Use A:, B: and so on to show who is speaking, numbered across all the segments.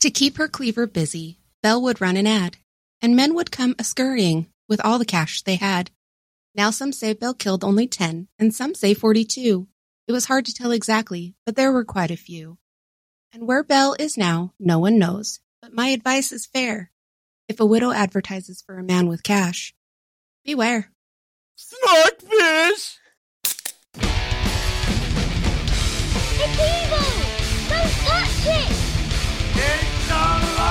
A: To keep her cleaver busy, Belle would run an ad, and men would come a scurrying with all the cash they had. Now some say Belle killed only 10, and some say 42. It was hard to tell exactly, but there were quite a few. And where Belle is now, no one knows, but my advice is fair. If a widow advertises for a man with cash, beware.
B: Snorkfish!
C: It's evil! Don't touch it!
B: It's alive!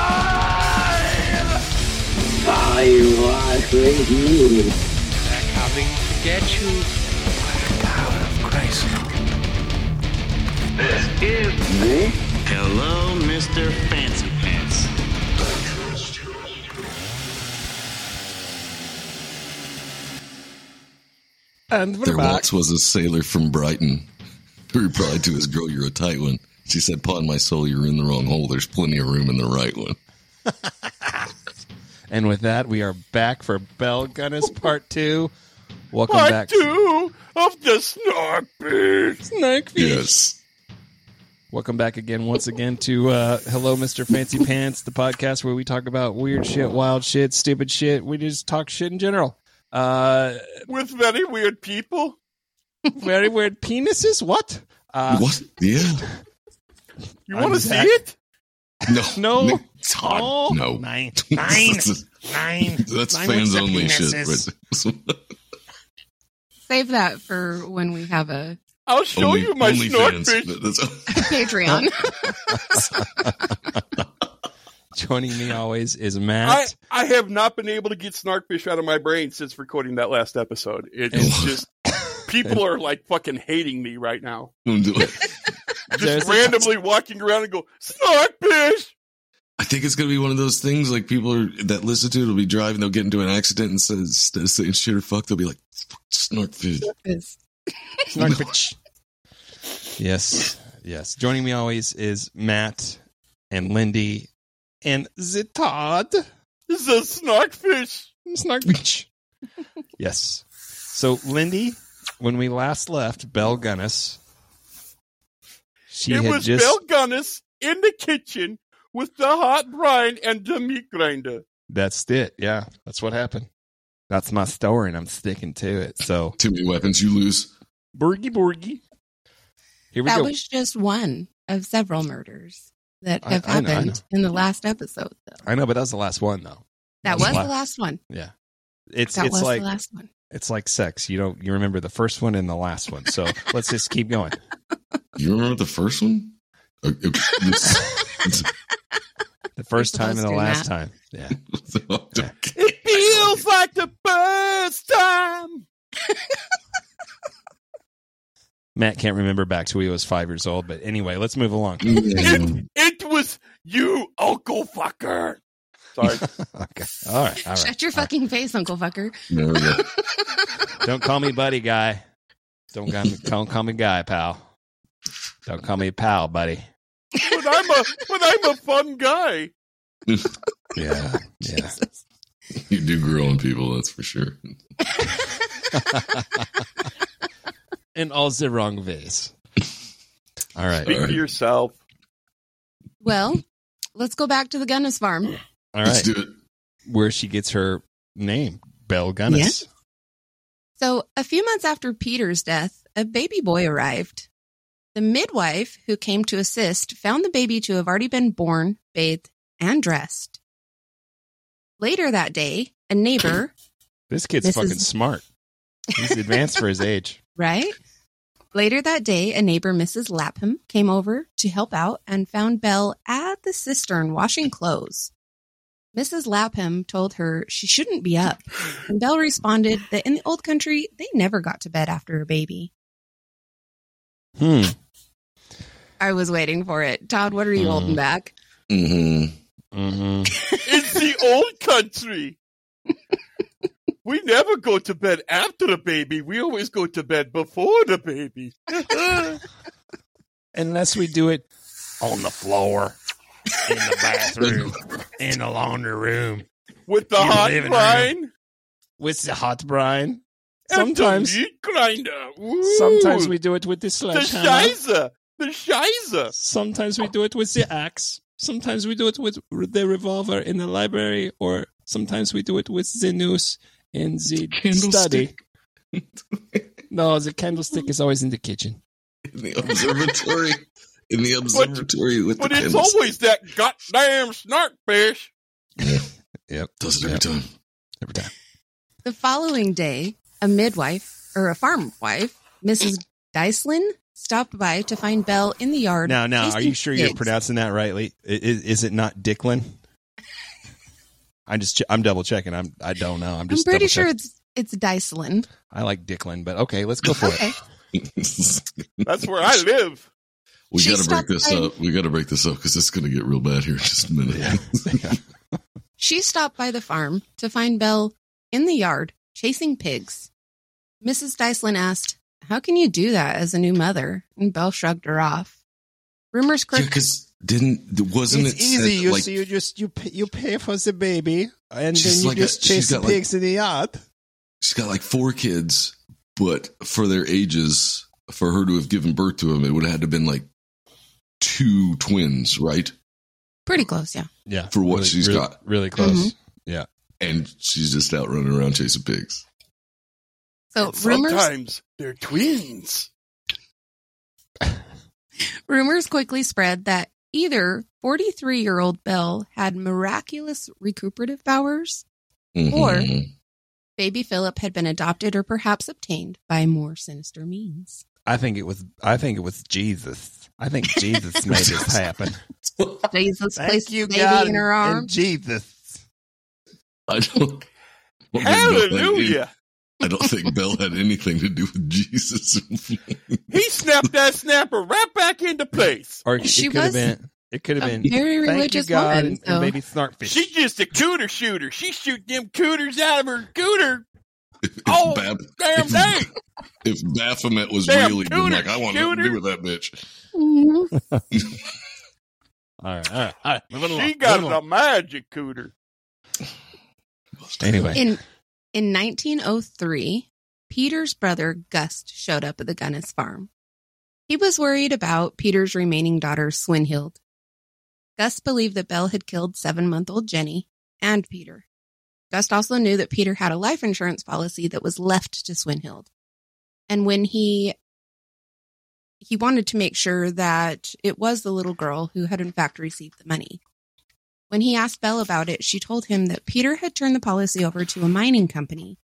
D: I was with you.
E: They're coming to get you.
D: Me?
F: Hello, Mr. Fancy Pants.
B: And we're
G: There
B: back.
G: once was a sailor from Brighton who replied to his girl, You're a tight one. She said, Pawn my soul, you're in the wrong hole. There's plenty of room in the right one.
E: And with that, we are back for Bell Gunners Part 2. Welcome
B: Part
E: back.
B: two of the Snorkfish!
G: Yes.
E: Welcome back again, once again, to uh, Hello, Mr. Fancy Pants, the podcast where we talk about weird shit, wild shit, stupid shit. We just talk shit in general. Uh,
B: With very weird people.
E: very weird penises? What? Uh,
G: what? Yeah.
B: You
E: I'm
B: want to see
E: back.
B: it?
G: No.
E: No.
G: Nick, Todd,
E: Oh,
G: no.
E: Nine.
G: That's- That's fans only shit. Right there.
A: Save that for when we have a
B: I'll show
G: Only-
B: you my
G: only fans.
B: Snorkfish.
G: That- that's-
A: Patreon.
E: Joining me always is
B: I,
E: Matt.
B: I have not been able to get Snarkfish out of my brain since recording that last episode. It- It's just people are like fucking hating me right now.
G: Don't do it.
E: There's
B: Just
E: a-
B: randomly walking around and go Snarkfish.
G: I think it's going to be one of those things like people are, that listen to it will be driving, they'll get into an accident and says, instead of saying shit or fuck, they'll be like, "Fuck, Snorkfish.
E: Snark bitch. yes, yes. Joining me always is Matt and Lindy and Zitad.
B: This is a Snarkfish.
E: Snark bitch. yes. So Lindy, when we last left Belle Gunnis, she
B: it
E: had
B: was
E: just
B: Bill Gunnis in the kitchen with the hot brine and the meat grinder.
E: that's it. Yeah, that's what happened. That's my story, and I'm sticking to it. So
G: Too many weapons, you lose.
E: Borgie Borgie. Here we
A: that
E: go.
A: was just one of several murders that
E: I-
A: have
E: I know, I
A: happened in the last episode, though.
E: I know, but that was the last one though.
A: That
E: That's
A: was
E: why-
A: the last one.
E: It's
A: That
E: it's
A: was
E: like
A: the last one.
E: it's like sex. You don't you remember the first one and the last one. So let's just keep going.
G: You remember the first one? Uh, it- it's-
E: The first time and the
A: supposed to,
E: last time. Yeah.
G: it's-
B: It feels like the first time.
E: Matt can't remember back to when he was five years old, but anyway, let's move along.
G: Yeah.
B: It, it was you, Uncle Fucker. Sorry.
E: okay. All right. All right.
A: Shut your
E: all right.
A: fucking face, Uncle Fucker.
G: There we go.
E: Don't call me buddy guy. Don't call me, don't call me guy, pal. Don't call me pal, buddy.
B: but I'm a but I'm a fun guy.
E: Yeah. Yeah.
A: Jesus.
G: You do grow on people, that's for sure.
E: In all the wrong ways. All right.
B: Speak
G: Alright.
B: to yourself.
A: Well, let's go back to the Gunnis farm.
E: All
G: Let's
E: right.
G: do it.
E: Where she gets her name, Belle Gunnis.
A: So, a few months after Peter's death, a baby boy arrived. The midwife who came to assist found the baby to have already been born, bathed, and dressed. Later that day, a neighbor
E: This kid's
A: This
E: fucking
A: is-
E: smart. He's advanced for his age.
A: Right? Later that day, a neighbor, Mrs. Lapham, came over to help out and found Belle at the cistern washing clothes. Mrs. Lapham told her she shouldn't be up, and Belle responded that in the old country, they never got to bed after a baby.
E: Hmm.
A: I was waiting for it. Todd, what are you
E: Hmm.
A: holding back?
G: Mm-hmm.
E: hmm
B: It's the old country. We never go to bed after the baby. We always go to bed before the baby.
E: Unless we do it
F: On the floor, in the bathroom, in the laundry room.
B: With the
F: You're
B: hot
F: living
B: brine
E: with the hot brine.
B: and the
E: Sometimes,
B: meat grinder. Ooh.
E: sometimes we do it with the
B: the
E: sledgehammer.
B: shizer. The shizer.
E: Sometimes we do it with the axe. Sometimes we do it with the revolver in the library, or sometimes we do it with the noose in the study.
G: Candlestick.
E: No, the candlestick is always in the kitchen.
G: in the observatory. in the observatory with
B: But
G: the
B: it's
G: candles.
B: always that goddamn snarkfish.
G: Does it every time.
E: Every time.
A: The following day, a midwife or a farm wife, Mrs. Dyslin, stopped by to find Belle in the yard.
E: Now, now, are
A: chasing
E: you sure you're
A: pigs.
E: pronouncing that rightly? I- Is, is it not Dicklin? I'm just, che- I'm double checking. I'm, I don't know. I'm
A: I'm
E: just.
A: pretty
E: double-checking.
A: sure it's it's Dyslin.
E: I like Dicklin, but okay, let's go for it.
A: Okay.
B: That's where I live.
G: we
A: She
G: got to break
A: stopped
G: this
A: by-
G: up. We got to break this up because it's going to get real bad here in just a minute.
A: She stopped by the farm to find Belle in the yard chasing pigs. Mrs. Dyslin asked, How can you do that as a new mother? And Belle shrugged her off. Rumors
G: Yeah,
A: crooked.
G: because didn't wasn't it said that, like
E: you just you pay, you pay for the baby, and
G: She's like a- she's got like-
E: in the yard.
G: she's got like four kids, but for their ages, for her to have given birth to them, it would have had to have been like two twins, right?
A: Pretty close, yeah.
E: Yeah,
G: For what
E: really,
G: she's
E: really-
G: got.
E: really close.
A: Mhm.
G: And she's just out running around chasing pigs.
A: So Oh, rumors
B: Sometimes they're twins.
A: Rumors quickly spread that either 43 year old Belle had miraculous recuperative powers, Or-
G: Mhm.
A: baby Philip had been adopted or perhaps obtained by more sinister means.
E: I think it was. I think it was Jesus. I think Jesus made this happen.
A: Jesus placed the baby in her
E: and
A: arms.
E: Jesus.
G: I don't. I don't think Belle had any-
B: Hallelujah.
G: I don't think Belle had anything to do with Jesus.
B: He snapped that snapper right back into place.
E: Or it,
A: She
E: could have
A: was
E: been. It could have been.
A: Very
E: Thank you,
A: religious
E: God,
A: woman.
E: and-
A: so
E: and maybe snarkfish.
B: She's just a cooter shooter. She shoot them cooters out of her cooter
G: If
B: Oh,
G: Bab-
B: damn day.
G: if Baphomet was
B: Damn
G: really
B: cooter,
G: like, I want nothing to do with that bitch.
A: Mhm.
E: All right, all right, all right. Moving along.
B: She got
E: moving
B: a
E: along.
B: magic cooter.
E: Anyway,
A: in, in 1903, Peter's brother Gust showed up at the Gunnis farm. He was worried about Peter's remaining daughter, Swinhild. Gust believed that Belle had killed seven month old Jenny and Peter. Gust also knew that Peter had a life insurance policy that was left to Swinhild. And when he he wanted to make sure that it was the little girl who had in fact received the money. When he asked Belle about it, she told him that Peter had turned the policy over to a mining company.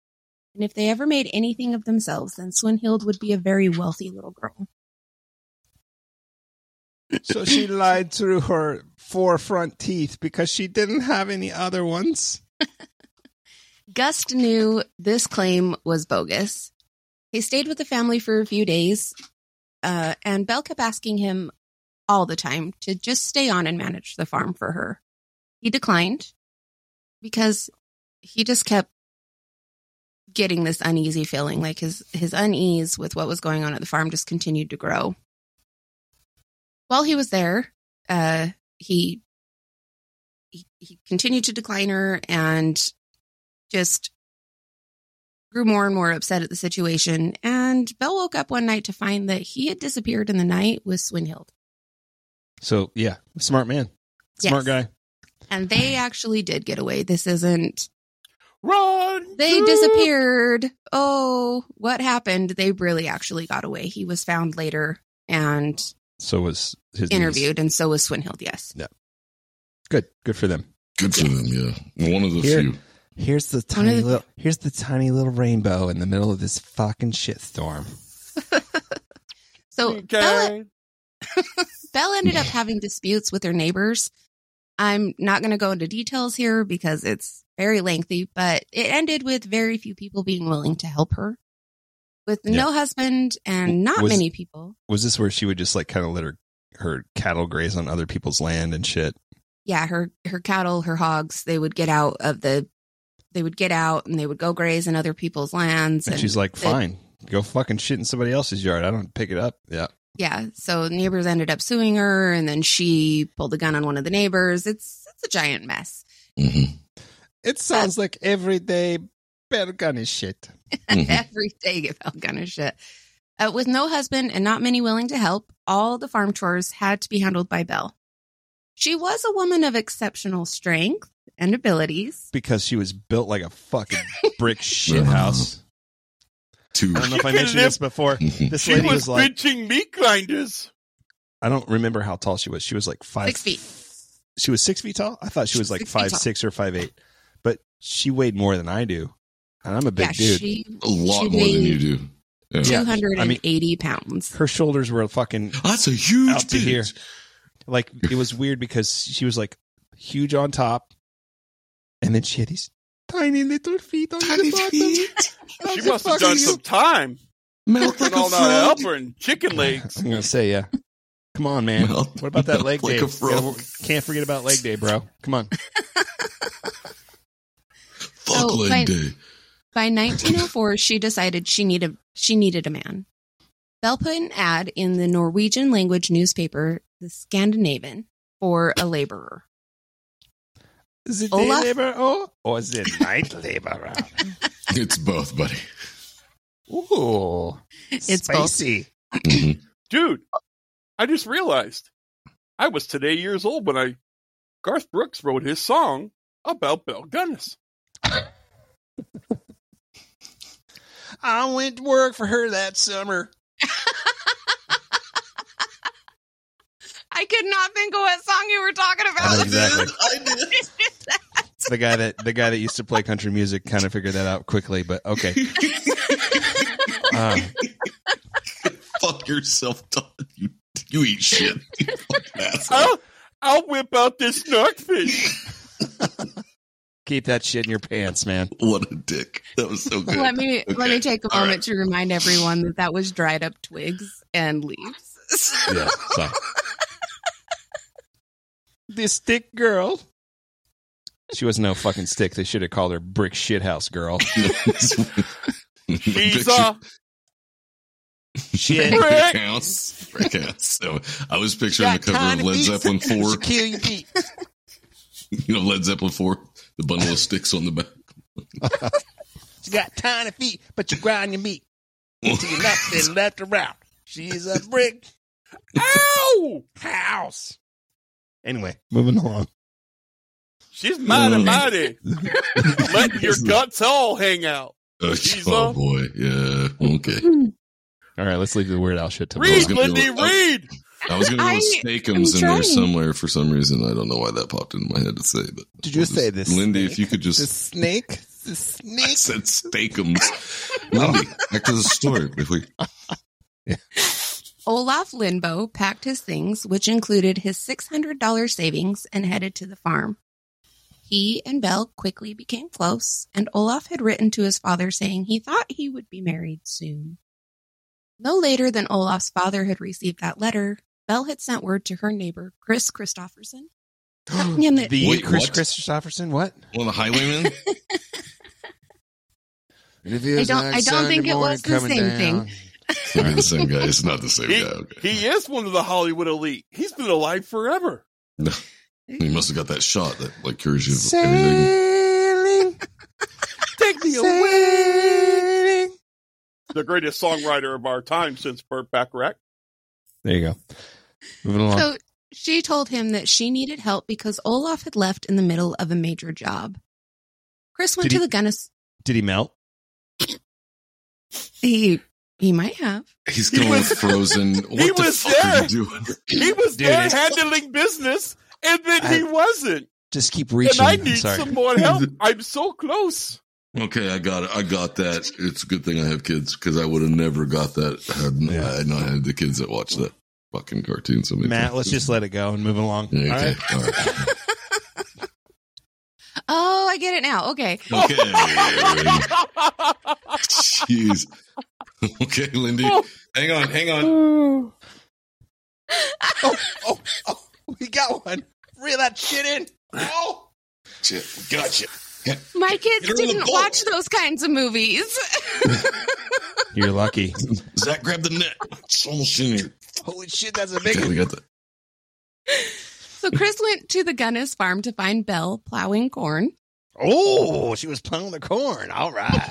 A: And if they ever made anything of themselves, then Swinhild would be a very wealthy little girl.
E: so she lied through her four front teeth because she didn't have any other ones.
A: Gust knew this claim was bogus. He stayed with the family for a few days, uh, and Belle kept asking him all the time to just stay on and manage the farm for her. He declined because he just kept getting this uneasy feeling, like his his unease with what was going on at the farm just continued to grow. While he was there, uh, he, he he continued to decline her and just grew more and more upset at the situation. And Belle woke up one night to find that he had disappeared in the night with Swinhild.
E: So yeah, smart man, smart guy.
A: And they actually did get away. This isn't,
B: Run.
A: they
B: Coop.
A: disappeared. Oh, what happened? They really actually got away. He was found later and
E: So was his niece.
A: interviewed, and so was Swinhild, yes.
E: Good, good for them.
G: Good for them, yeah. One of the
E: Here.
G: few.
E: Here's the
A: One of
E: tiny
A: the-
E: little here's the tiny little rainbow in the middle of this fucking shitstorm.
A: So
G: Oh,
A: Bella
B: Okay.
A: Belle ended up having disputes with her neighbors. I'm not going to go into details here because it's very lengthy, but it ended with very few people being willing to help her. With no husband and not
E: Was-
A: many people.
E: Was this where she would just like kind of let her her cattle graze on other people's land and shit?
A: Yeah, her her cattle, her hogs, they would get out of the they would get out and they would go graze in other people's lands
E: And she's like,
A: it-
E: "Fine, go fucking shit in somebody else's yard. I don't pick it up." Yeah,
A: yeah, so neighbors ended up suing her and then she pulled a gun on one of the neighbors. It's it's a giant mess.
G: Mhm.
E: it sounds like everyday Bergani shit. Mm-hmm.
G: Mhm.
A: every day get that kind of shit. Uh, with no husband and not many willing to help, all the farm chores had to be handled by Belle. She was a woman of exceptional strength and abilities.
E: because she was built like a fucking brick shit house.
G: Two.
E: I don't know if I
B: You
E: mentioned this before.
G: Mhm.
E: This
B: She
E: lady
B: was,
E: was like,
B: bitching meat grinders.
E: I don't remember how tall she was. She was like five
A: Six feet.
E: She was six feet tall. I thought she was like
A: Six feet
E: five
A: tall.
E: six or five eight, but she weighed more than I do, and I'm a big
A: yeah,
E: dude.
A: she
G: A lot
A: She
G: more than you
A: weighed-
G: do.
E: Yeah,
G: Yeah.
E: I
A: two
E: mean-
A: hundred and eighty pounds.
E: Her shoulders were fucking
G: That's a huge
E: out to
G: bitch.
E: here. Like it was weird because she was like huge on top, and then she had these tiny little feet on
G: Tiny
E: the bottom.
G: feet.
B: She must have done some time.
G: Melt like
B: Putting
G: a
B: all that
G: frog.
B: upper and chicken legs.
E: I'm gonna say yeah. Come on, man.
G: Well,
E: what about that leg
G: like
E: day?
G: a frog.
E: Gotta- Can't forget about leg day, bro. Come on.
G: Fuck
A: Oh,
G: leg
A: right.
G: day.
A: By 1904, she decided she needed she needed a man. Bell put an ad in the Norwegian language newspaper, the Scandinavian, for a laborer.
E: Is it
A: Olaf?
E: day labor or, or is it night labor?
G: It's both, buddy.
E: Ooh,
A: It's both.
E: spicy.
G: Mhm.
E: Mm-hmm.
B: Dude, I just realized I was today years old when I Garth Brooks wrote his song about Bell Gunness.
E: I went to work for her that summer.
A: I could not think of what song you were talking
E: I know exactly.
A: about.
E: The guy that the guy that used to play country music kind of figured that out quickly, but okay. Uh,
G: Fuck yourself, Don. You, you eat shit. You fucking asshole.
B: I'll, I'll whip out this snarkfish.
E: keep that shit in your pants, man.
A: Oh.
G: What a dick. That was so good.
A: let me let me
G: Okay.
A: take a
G: All
A: moment to remind everyone that that was dried up twigs and leaves. So-
E: Yeah, sorry. this thick girl. She was no fucking stick. They should have called her brick shithouse girl.
B: She's a
E: Shit.
B: brick.
G: House. Brick house. So I was picturing the cover of Led Zeppelin 4.
E: kill you deep.
G: You know, Led Zeppelin 4, the bundle of sticks on the back.
F: She got tiny feet, but you grind your meat. She nothing left around. She's a brick
B: Ow!
F: house.
E: Anyway, moving along.
B: She's mighty,
G: Mm.
B: mighty. Letting your guts all hang out.
G: Oh,
B: She's
G: oh,
B: a-
G: boy. Yeah. Okay.
E: All right, let's leave the weird out shit to
B: Read,
G: gonna be
B: Lindy,
G: like-
B: read.
G: I was going to
A: I
G: go
A: am
G: Snakeums in
A: trying.
G: there somewhere for some reason. I don't know why that popped into my head to say, but.
E: Did you
G: we'll just-
E: say this
G: Lindy,
E: snake?
G: if you could just.
E: snake, the
G: I
E: snake.
G: said Snakeums. Lindy, back to the story. If we,
A: Olaf Lindbo packed his things, which included his $600 savings, and headed to the farm. He and Bell quickly became close, and Olaf had written to his father saying he thought he would be married soon. No later than Olaf's father had received that letter, Bell had sent word to her neighbor, Chris Christopherson. Telling him that-
E: the
G: Wait,
E: Chris
G: what?
E: Christopherson, what?
G: well, the Highwayman?
A: I don't- I don't think it was the same thing.
G: Could be the same guy. It's not the same
B: He,
G: guy. Okay.
B: he is one of the Hollywood elite. He's been alive forever.
G: He must have got that shot that like cures you of everything.
E: Sailing,
B: Take me away.
E: sailing.
B: The greatest songwriter of our time since Burt Bacharach.
E: There you go. Moving along.
A: So she told him that she needed help because Olaf had left in the middle of a major job. Chris went
E: Did
A: to
E: he-
A: the Gunness.
E: Did he melt?
A: He he might have.
G: He's
B: He
G: going
B: was-
G: frozen. What the
B: was
G: fuck
B: there.
G: are you doing?
B: He was
E: Dude,
B: there
E: it's-
B: handling business, and then he
E: I-
B: wasn't.
E: Just keep
B: And
E: reaching.
B: I
E: I'm
B: need
E: sorry.
B: some more help. I'm so close.
G: Okay, I got it. I got that. It's a good thing I have kids because I would have never got that had
E: Yeah.
G: I not had the kids that watch that fucking cartoon. So many
E: Matt,
G: times.
E: let's just let it go and move along.
G: Yeah,
E: All
G: okay.
E: right.
G: All right.
A: Oh, I get it now. Okay.
G: Okay. Jeez. Okay, Lindy. Hang on. Hang on.
F: Oh, oh, we got one. Reel that shit in. Oh,
G: Shit. Gotcha.
A: My kids
G: Get her in the
A: didn't
G: boat.
A: watch those kinds of movies.
E: You're lucky.
G: Zach, grab the net. It's almost in here.
F: holy shit, that's a big
G: Okay,
F: one.
G: we got that.
A: so Chris went to the Gunness farm to find Belle plowing corn.
F: Oh, she was plowing the corn. All right.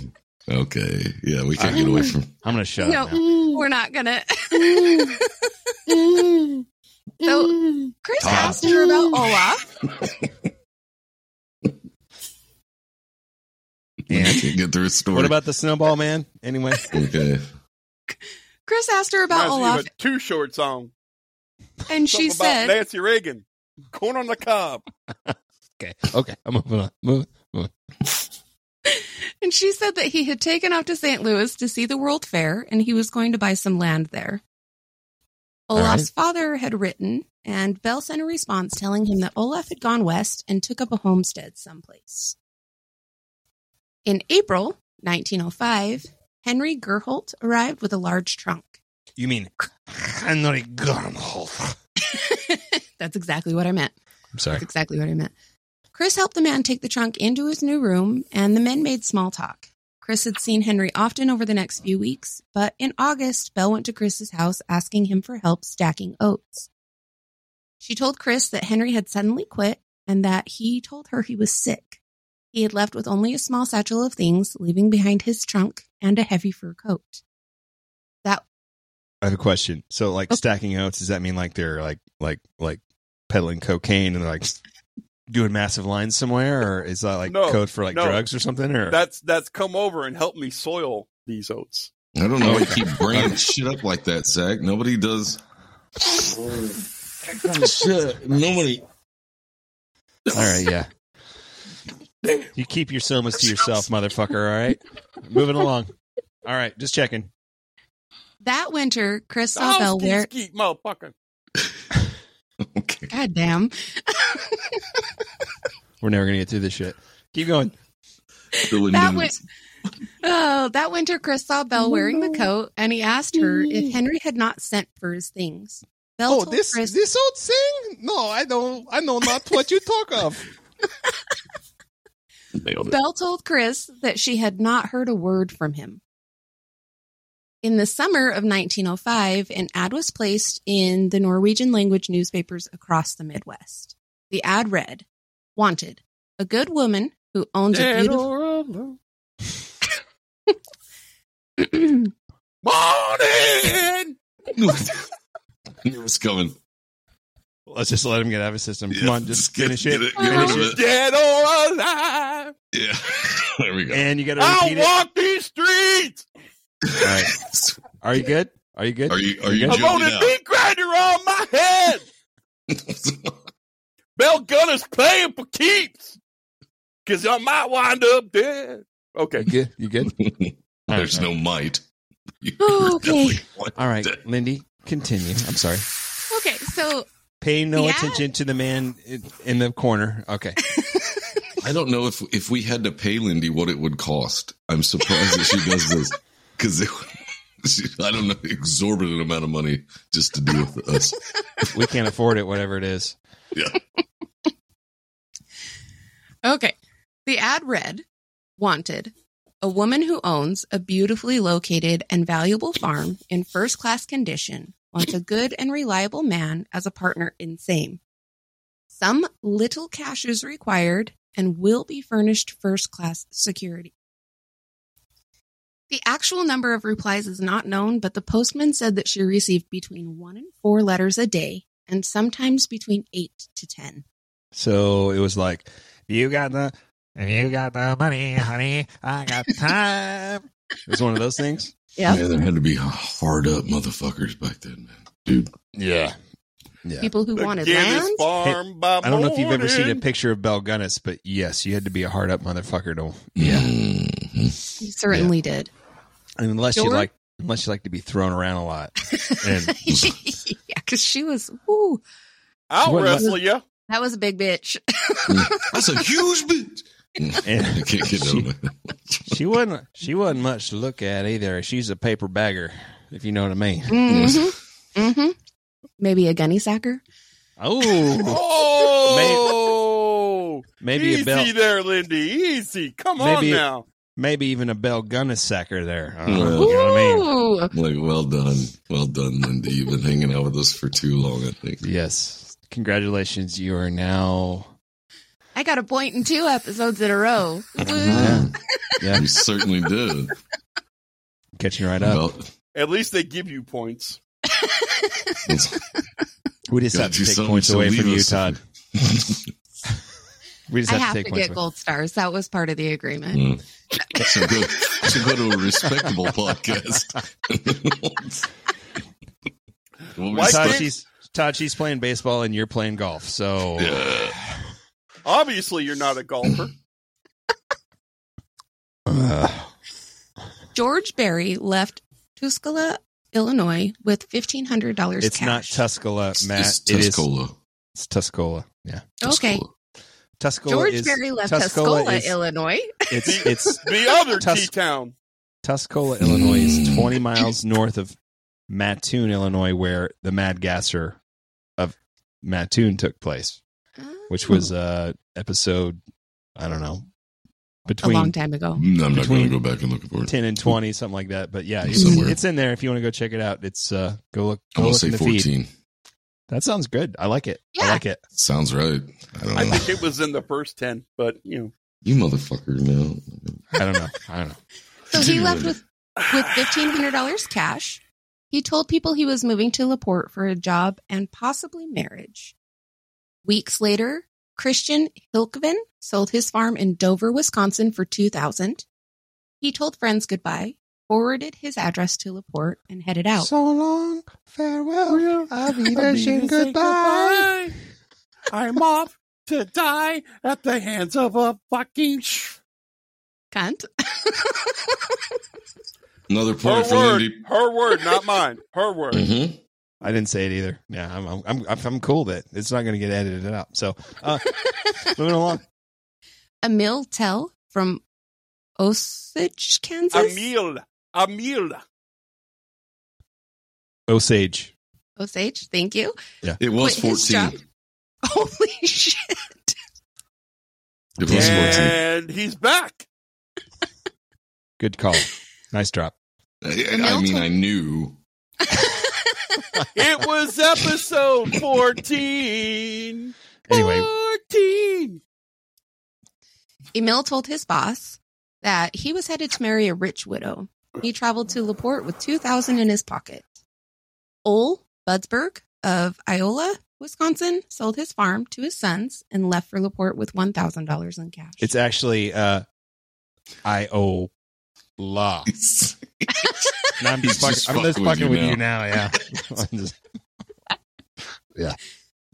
G: Okay. Yeah, we can't get away from.
E: I'm gonna shut
A: no,
E: up. Now.
F: Mm.
C: Mm.
A: we're not gonna. so
H: So,
F: Oh,
A: Chris asked her about Olaf.
G: I can't get through a story.
E: What about the snowball man? Anyway,
G: okay?
A: Chris asked her about
B: Reminds me
A: Olaf,
B: of a two short song.
A: and
B: Something
A: she
B: about
A: said,
B: Nancy Reagan, corn on the cob.
E: okay, okay. I'm moving on. Moving.
A: and she said that he had taken off to St. Louis to see the World Fair, and he was going to buy some land there.
E: right.
A: Olaf's father had written, and Bell sent a response telling him that Olaf had gone west and took up a homestead someplace. In April 1905, Henry Gerholt arrived with a large trunk.
E: You mean Henry Garnholt?
A: That's exactly what I meant.
E: I'm sorry.
A: That's exactly what I meant. Chris helped the man take the trunk into his new room, and the men made small talk. Chris had seen Henry often over the next few weeks, but in August, Belle went to Chris's house asking him for help stacking oats. She told Chris that Henry had suddenly quit and that he told her he was sick. He had left with only a small satchel of things, leaving behind his trunk and a heavy fur coat. That
E: I have a question. So, like
A: Okay.
E: stacking oats, does that mean like they're like like like peddling cocaine and they're like doing massive lines somewhere, or is that like
B: No,
E: code for like
B: no.
E: drugs or something? Or
B: That's that's come over and help me soil these oats.
G: I don't know. why you keep bringing shit up like that, Zach. Nobody does. shit. Nobody.
E: all right, yeah. You keep your somas to yourself, motherfucker. All right, moving along. All right, just checking.
A: that winter, Chris saw
B: Oh,
A: Belle
B: skeet,
A: wear
B: skeet, motherfucker.
G: Okay.
A: God damn.
E: We're never gonna get through this shit. Keep going.
G: Fill in
A: That
G: minutes.
A: Oh, that winter, Chris saw Belle wearing the coat, and he asked her if Henry had not sent for his things. Belle
E: Mm. Oh,
A: told
E: this
A: Chris,
E: this old thing? No, I don't. I know not what you talk of.
G: Nailed it.
A: Belle told Chris that she had not heard a word from him. In the summer of 1905, an ad was placed in the Norwegian language newspapers across the Midwest. The ad read, "Wanted: A good woman who owns a
B: Dead
A: beautiful."
B: or alive. Morning!
G: It was coming.
E: Let's just let him get out of his system. Come
G: Yeah,
E: on, just
G: get-
E: finish
G: get
E: it.
G: get
A: Finish
G: rid of it.
B: Dead or alive!
G: Yeah. there we go.
E: And you got to
B: I'll
E: repeat it.
B: walk these streets!
E: All right. Are you good? Are you good?
G: Are you are you
E: I'm
B: I'm on
G: jumping
B: a
G: out?
B: meat grinder on my head! Bell Gunner's playing for keeps! Because I might wind up dead. Okay.
E: You good? You good?
G: There's no might. You're
A: Oh, okay.
G: definitely one
E: All right,
G: dead.
E: Lindy, continue. I'm sorry.
A: okay, so
E: Pay no
A: Yeah.
E: attention to the man in- in the corner. Okay.
G: I don't know if if we had to pay Lindy what it would cost. I'm surprised that she does this because I don't know exorbitant amount of money just to deal with us.
E: We can't afford it, whatever it is.
A: Okay. The ad read Wanted, a woman who owns a beautifully located and valuable farm in first class condition, wants a good and reliable man as a partner in same. Some little cash is required and will be furnished first class security. The actual number of replies is not known, but the postman said that she received between one and four letters a day, and sometimes between eight to ten.
E: So it was like, you got the.
H: If you got the money, honey, I got time.
E: It was one of those things.
A: Yep.
G: Man, there had to be hard up motherfuckers back then, man. Dude,
E: Yeah. Yeah.
A: People who wanted
B: Again,
A: land.
B: it's farm by
E: I don't know if you've ever seen a
B: morning.
E: picture of Bell Gunnis, but yes, you had to be a hard up motherfucker to.
G: Mhm.
A: You certainly did.
E: And unless you
A: Sure.
E: like, unless you like to be thrown around a lot. And
A: yeah, because she was, ooh,
B: I'll
E: What-
B: wrestle you.
A: that was a big bitch.
G: that's a huge bitch. I
E: and
G: can't get
E: She-
G: over it.
E: she wasn't. She wasn't much to look at either. She's a paper bagger, if you know what I mean.
A: Mm-hmm. mm-hmm. Maybe a gunny sacker.
E: Oh,
B: Oh!
E: maybe
B: easy
E: a bell.
B: there, Lindy. Easy. Come on
E: Maybe-
B: now.
E: maybe even a Bell Gunnisacker there. I don't
G: Yeah.
E: know, you know what I mean?
A: Ooh.
G: Like, well done. Well done, Lindy. You've been hanging out with us for too long, I think.
E: Yes. Congratulations. You are now.
A: I got a point in two episodes in a row. Woo.
E: Yeah. Yeah.
G: You certainly did.
E: Catching right up.
G: About,
B: At least they give you points.
E: We just
G: Gotta
E: have
G: do
E: to take
G: something
E: points
G: to
E: away from
G: leave
E: you,
G: us.
E: Todd. We just
A: I
E: have,
A: have to,
E: to take points
A: get
E: away.
A: gold stars. That was part of the agreement.
G: Mm. So go, so go to a respectable podcast. Well, we
B: Why
E: Todd,
B: can't-
G: stuck-
E: she's, Todd, she's playing baseball and you're playing golf. So
G: yeah.
B: Obviously, you're not a golfer.
A: George Berry left Tuscola, Illinois, with fifteen hundred dollars.
E: it's not
A: cash.
E: Tuscola,
G: It's,
E: Matt.
G: it's
E: it is-
G: Tuscola.
E: it's Tuscola. Yeah,
A: Okay,
G: Tuscola.
E: Tuscola.
A: George
E: is,
A: Berry left
E: Tuscola
A: Tuscola,
E: is-
A: Illinois.
E: It's it's
B: The other
E: Tus-
B: T town.
E: Tuscola, Illinois is
A: Hmm.
G: Mm.
E: 20 miles north of Mattoon, Illinois, where the Mad Gasser of Mattoon took place, which was
A: Hmm.
E: uh episode I don't know
A: a long
E: between
A: time ago.
G: Mm, I'm not
E: Between
G: going to go back and look for it.
E: 10 and 20, something like that. But yeah, it's,
G: Somewhere.
E: it's in there if you want to go check it out. It's uh go look.
G: I
E: Go
G: want
E: look
G: to say
E: in the
G: 14.
E: feed. That sounds good. I like it. I
A: Yeah.
E: like it.
G: Sounds right. I don't
B: I
G: know.
B: think it was in the first 10, but you know.
G: You motherfucker, no.
E: I don't know. I don't know.
A: So he
G: Continue,
A: left
G: Linda.
A: with with fifteen hundred dollars cash. He told people he was moving to Laporte for a job and possibly marriage. Weeks later, Christian Hilkvin sold his farm in Dover, Wisconsin for two thousand. He told friends goodbye, forwarded his address to Laporte, and headed out.
E: So long, farewell, arrivederci, goodbye.
B: I'm off to die at the hands of a fucking. Sh-
A: Cunt.
G: Another
B: her
G: point for
B: word,
G: Lindy.
B: her word, not mine. Her
E: Mm-hmm.
B: word.
G: hmm
E: I didn't say it either. Yeah, I'm I'm I'm, I'm cool that it's not going to get edited out. So uh, moving along,
A: Emil Tell from Osage, Kansas.
B: Amil. Amil.
E: Osage.
A: Osage, thank you.
G: It was
A: Wait, his
G: 14.
A: job- Holy shit.
G: It was 14.
B: And he's back.
E: Good call. Nice drop.
G: I- I, I mean, I knew.
B: It was episode 14.
A: Oh,
E: Anyway,
B: 14.
A: Emil told his boss that he was headed to marry a rich widow. He traveled to Laporte with 2000 in his pocket. Ole Budsberg of Iola, Wisconsin, sold his farm to his sons and left for Laporte with $1,000 in cash.
E: it's actually uh, I O La.
G: It's-
E: And I'm just
G: He's
E: fucking,
G: just
E: I'm just fucking with, you, now. Yeah. I'm just-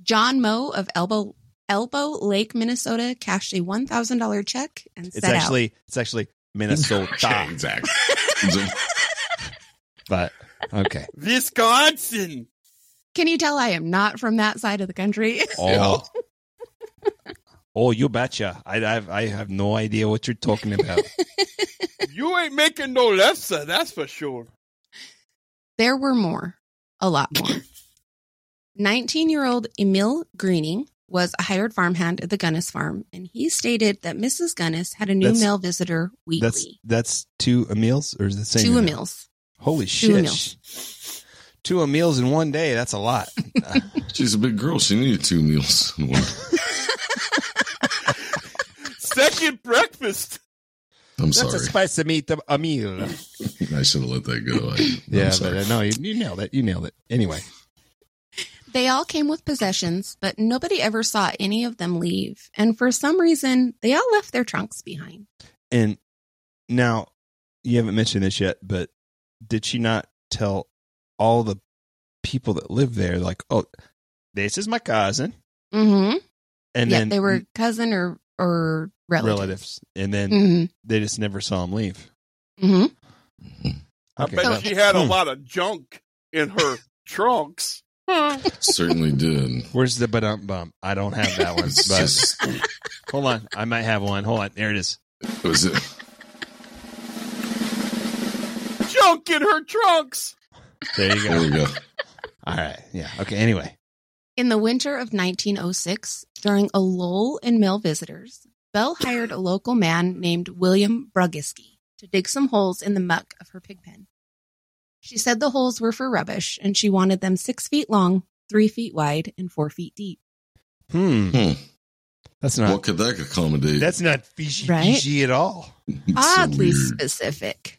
A: John Moe of Elbow Elbow Lake, Minnesota, cashed a $1,000 check and
E: it's
A: set
E: actually it's actually
G: Okay,
E: Minnesota,
G: exactly. So-
E: but okay.
B: Wisconsin.
A: out. Can you tell I am not from that side of the country?
E: Oh. Oh, you betcha! I, I've I have no idea what you're talking about.
B: You ain't making no left, sir, that's for sure.
A: There were more, a lot more. 19 year old Emil Greening was a hired farmhand at the Gunnis farm, and he stated that Mrs. Gunnis had a new
E: That's-
A: male visitor
E: That's
A: weekly.
E: that's two Emils or is it the same?
A: Two
E: Emil?
A: Emils.
E: Holy
A: Two
E: shit.
A: meals.
E: Two meals in one day. That's a lot.
G: She's a big girl. She needed two meals. in one.
B: Second breakfast.
G: I'm
E: That's a
G: sorry.
E: spice to meat, a meal.
G: I should have let that go. I, I'm
E: Yeah, but
G: sorry.
E: uh, no, you, you nailed it. You nailed it. Anyway,
A: They all came with possessions, but nobody ever saw any of them leave. And for some reason, they all left their trunks behind.
E: and now you haven't mentioned this yet, but did she not tell all the people that live there, like, oh, this is my cousin,
A: Mm-hmm.
E: and
A: yeah,
E: then
A: they were cousin or, or relative.
E: relatives, and then
A: Mm-hmm.
E: they just never saw him leave.
A: hmm
E: Okay,
B: I bet
A: Oh.
E: well,
B: she had a
E: Hmm.
B: lot of junk in her trunks.
G: certainly did.
E: Where's the bump bump? I don't have that one.
G: It's
E: but
G: just,
E: hold on, I might have one. Hold on, there it is.
G: was it?
B: Junk in her trunks.
E: There you
G: There
E: go.
G: we go.
E: All right, yeah, okay. Anyway,
A: In the winter of 1906, during a lull in male visitors, Bell hired a local man named William Brugiski to dig some holes in the muck of her pig pen. She said the holes were for rubbish and she wanted them six feet long, three feet wide, and four feet deep.
E: hmm,
G: Hmm.
E: that's not
G: What could that accommodate?
E: That's not fishy
A: Right?
E: fishy at all.
G: It's so
A: Oddly
G: weird.
A: specific.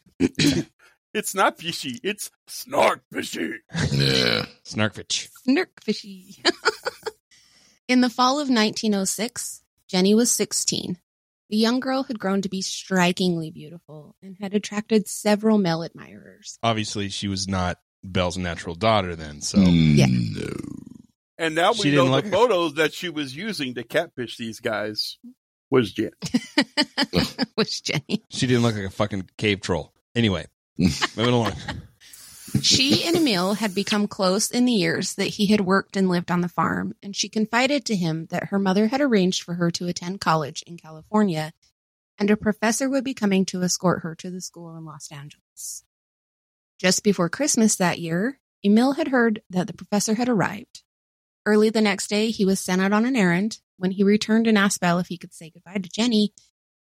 B: It's not fishy. It's snark fishy.
G: Yeah.
E: Snarkfitch.
A: Snirkfishy. In the fall of 1906, Jenny was 16. The young girl had grown to be strikingly beautiful and had attracted several male admirers.
E: Obviously, she was not Belle's natural daughter then, so
A: Yeah.
G: No.
B: And now
E: She
B: we
E: didn't
B: know
E: look-
B: the photos that she was using to catfish these guys was Jen.
A: was Jenny.
E: she didn't look like a fucking cave troll. Anyway, moving along.
A: She and Emil had become close in the years that he had worked and lived on the farm, and she confided to him that her mother had arranged for her to attend college in California, and a professor would be coming to escort her to the school in Los Angeles. Just before Christmas that year, Emil had heard that the professor had arrived. Early the next day, he was sent out on an errand. When he returned and asked Belle if he could say goodbye to Jenny,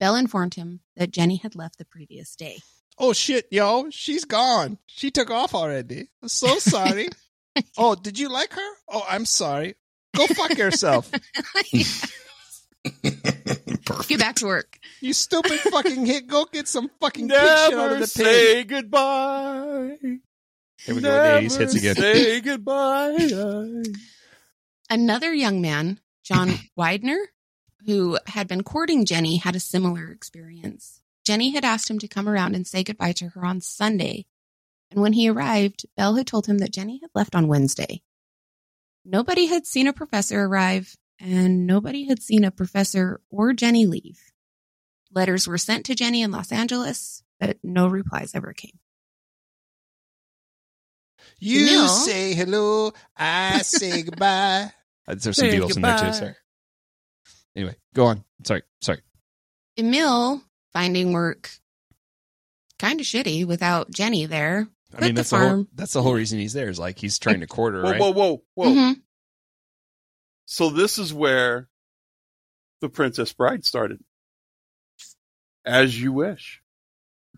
A: Belle informed him that Jenny had left the previous day.
F: Oh shit, yo, she's gone. She took off already. I'm so sorry. oh, did you like her? Oh, I'm sorry. Go fuck yourself.
A: Get
G: Perfect.
A: back to work.
F: you stupid fucking hit. Go get some fucking pig shit out of
B: Never
F: the pig.
B: say goodbye.
E: Here we go with the 80s
B: Never
E: hits again.
B: Say goodbye.
A: Another young man, John Widener, who had been courting Jenny, had a similar experience. Jenny had asked him to come around and say goodbye to her on Sunday. And when he arrived, Belle had told him that Jenny had left on Wednesday. Nobody had seen a professor arrive, and nobody had seen a professor or Jenny leave. Letters were sent to Jenny in Los Angeles, but no replies ever came.
F: You
A: No.
F: say hello. I say goodbye.
E: Uh, There's some
B: Say
E: Beatles in there too.
B: goodbye.
E: Sorry. Anyway, go on. Sorry, sorry.
A: Emil finding work kind of shitty without Jenny there.
E: I
A: Quit
E: mean,
A: the
E: that's the whole
A: farm.
E: that's the whole reason he's there is like he's trying to court her,
B: Whoa,
E: right?
B: whoa, whoa, whoa.
A: Mhm.
B: So this is where the Princess Bride started. As you wish.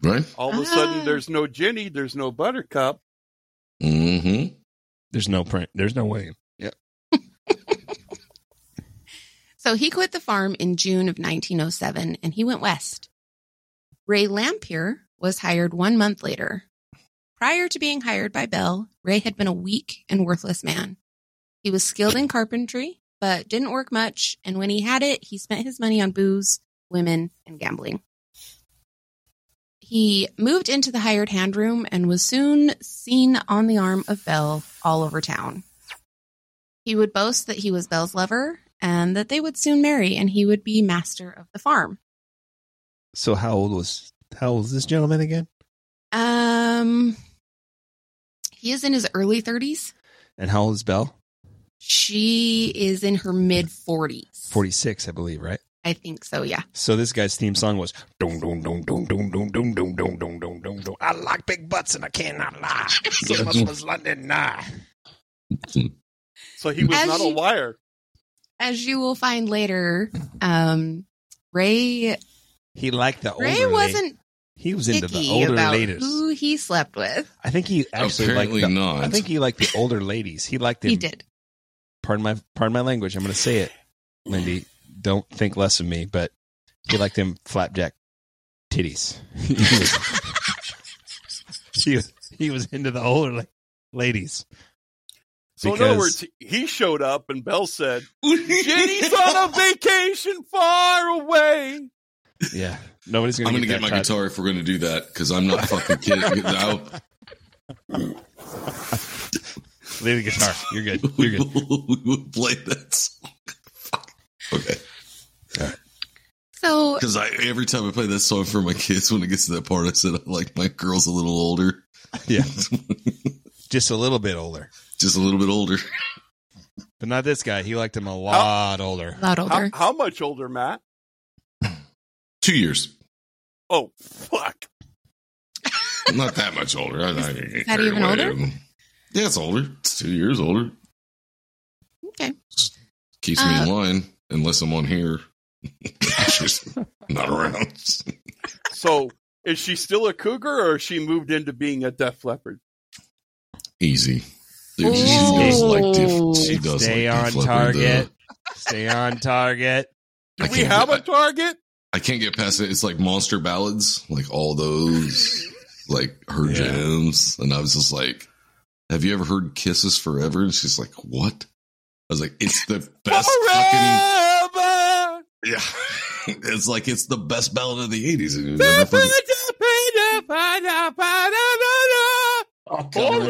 G: Right?
B: All of a
A: Ah.
B: sudden, there's no Jenny, there's no Buttercup.
G: hmm
E: There's no print. There's no way.
A: So he quit the farm in June of 1907 and he went west. Ray Lampier was hired one month later. Prior to being hired by Bell, Ray had been a weak and worthless man. He was skilled in carpentry, but didn't work much, and when he had it, he spent his money on booze, women, and gambling. He moved into the hired hand room and was soon seen on the arm of Bell all over town. He would boast that he was Belle's lover and that they would soon marry and he would be master of the farm.
E: So how old was how old is this gentleman again?
A: Um he is in his early 30s.
E: And how old is Belle?
A: She is in her mid 40s.
E: Forty six, I believe, right?
A: I think so, yeah.
E: So this guy's theme song was dum dum dum dum dum dum dum dum dum dum dum dum dum.
F: I like big butts and I cannot lie. So much was London eye.
B: So he was
A: As
B: not a
A: you-
B: liar.
A: As you will find later, um Ray
E: He liked the older.
A: Ray
E: la-
A: wasn't
E: He was into the
A: picky
E: older
A: about
E: ladies.
A: who he slept with.
E: I think he actually
G: Apparently
E: liked. The,
G: not.
E: I think he liked the older ladies. He liked. The,
A: He did.
E: Pardon my pardon my language. I'm going to say it, Lindy. Don't think less of me, but he liked them flapjack titties. he, was, he was he was into the older la- ladies.
B: So in other
E: Because-
B: words, he showed up and Belle said, Jenny's on a vacation far away.
E: Yeah, nobody's going
G: I'm
E: to.
G: going to get my guitar if we're going to do that because I'm not fucking kidding. I'll-
E: Leave the guitar. You're good. You're
G: we
E: good.
G: will we will play that song. Fuck. Okay.
A: So
G: Because I every time I play that song for my kids, when it gets to that part, I said I like my girls a little older,
E: Yeah, just a little bit older,
G: just a little bit older.
E: but not this guy. He liked him
F: Oh.
E: a lot older.
A: a lot
B: How,
A: older.
B: how much older, Matt?
G: Two years,
B: Oh, fuck.
G: not that much older. I, I get
A: Is that
G: carried
A: even
G: away.
A: older?
G: Yeah, it's older. It's two years older.
A: Okay.
G: Keeps me
A: Uh,
G: in line unless I'm on here. She's not around.
B: So is she still a cougar or has she moved into being a deaf leopard?
G: Easy. Dude, she does
A: Ooh.
G: like diff. She does
E: Stay
G: like
E: on
G: Def Leppard,
E: target.
G: though.
E: Stay on target.
G: I
B: Do we
G: can't
B: have
G: get-
B: a target?
G: I can't get past it. It's like monster ballads, like all those. like her
E: Yeah.
G: jams, and I was just like, "Have you ever heard Kisses Forever?" And she's like, "What?" I was like, "It's the best fucking
B: Forever,
G: yeah." it's like it's the best ballad of the '80s, and you never fucking
B: forever.
G: Oh, God, I'm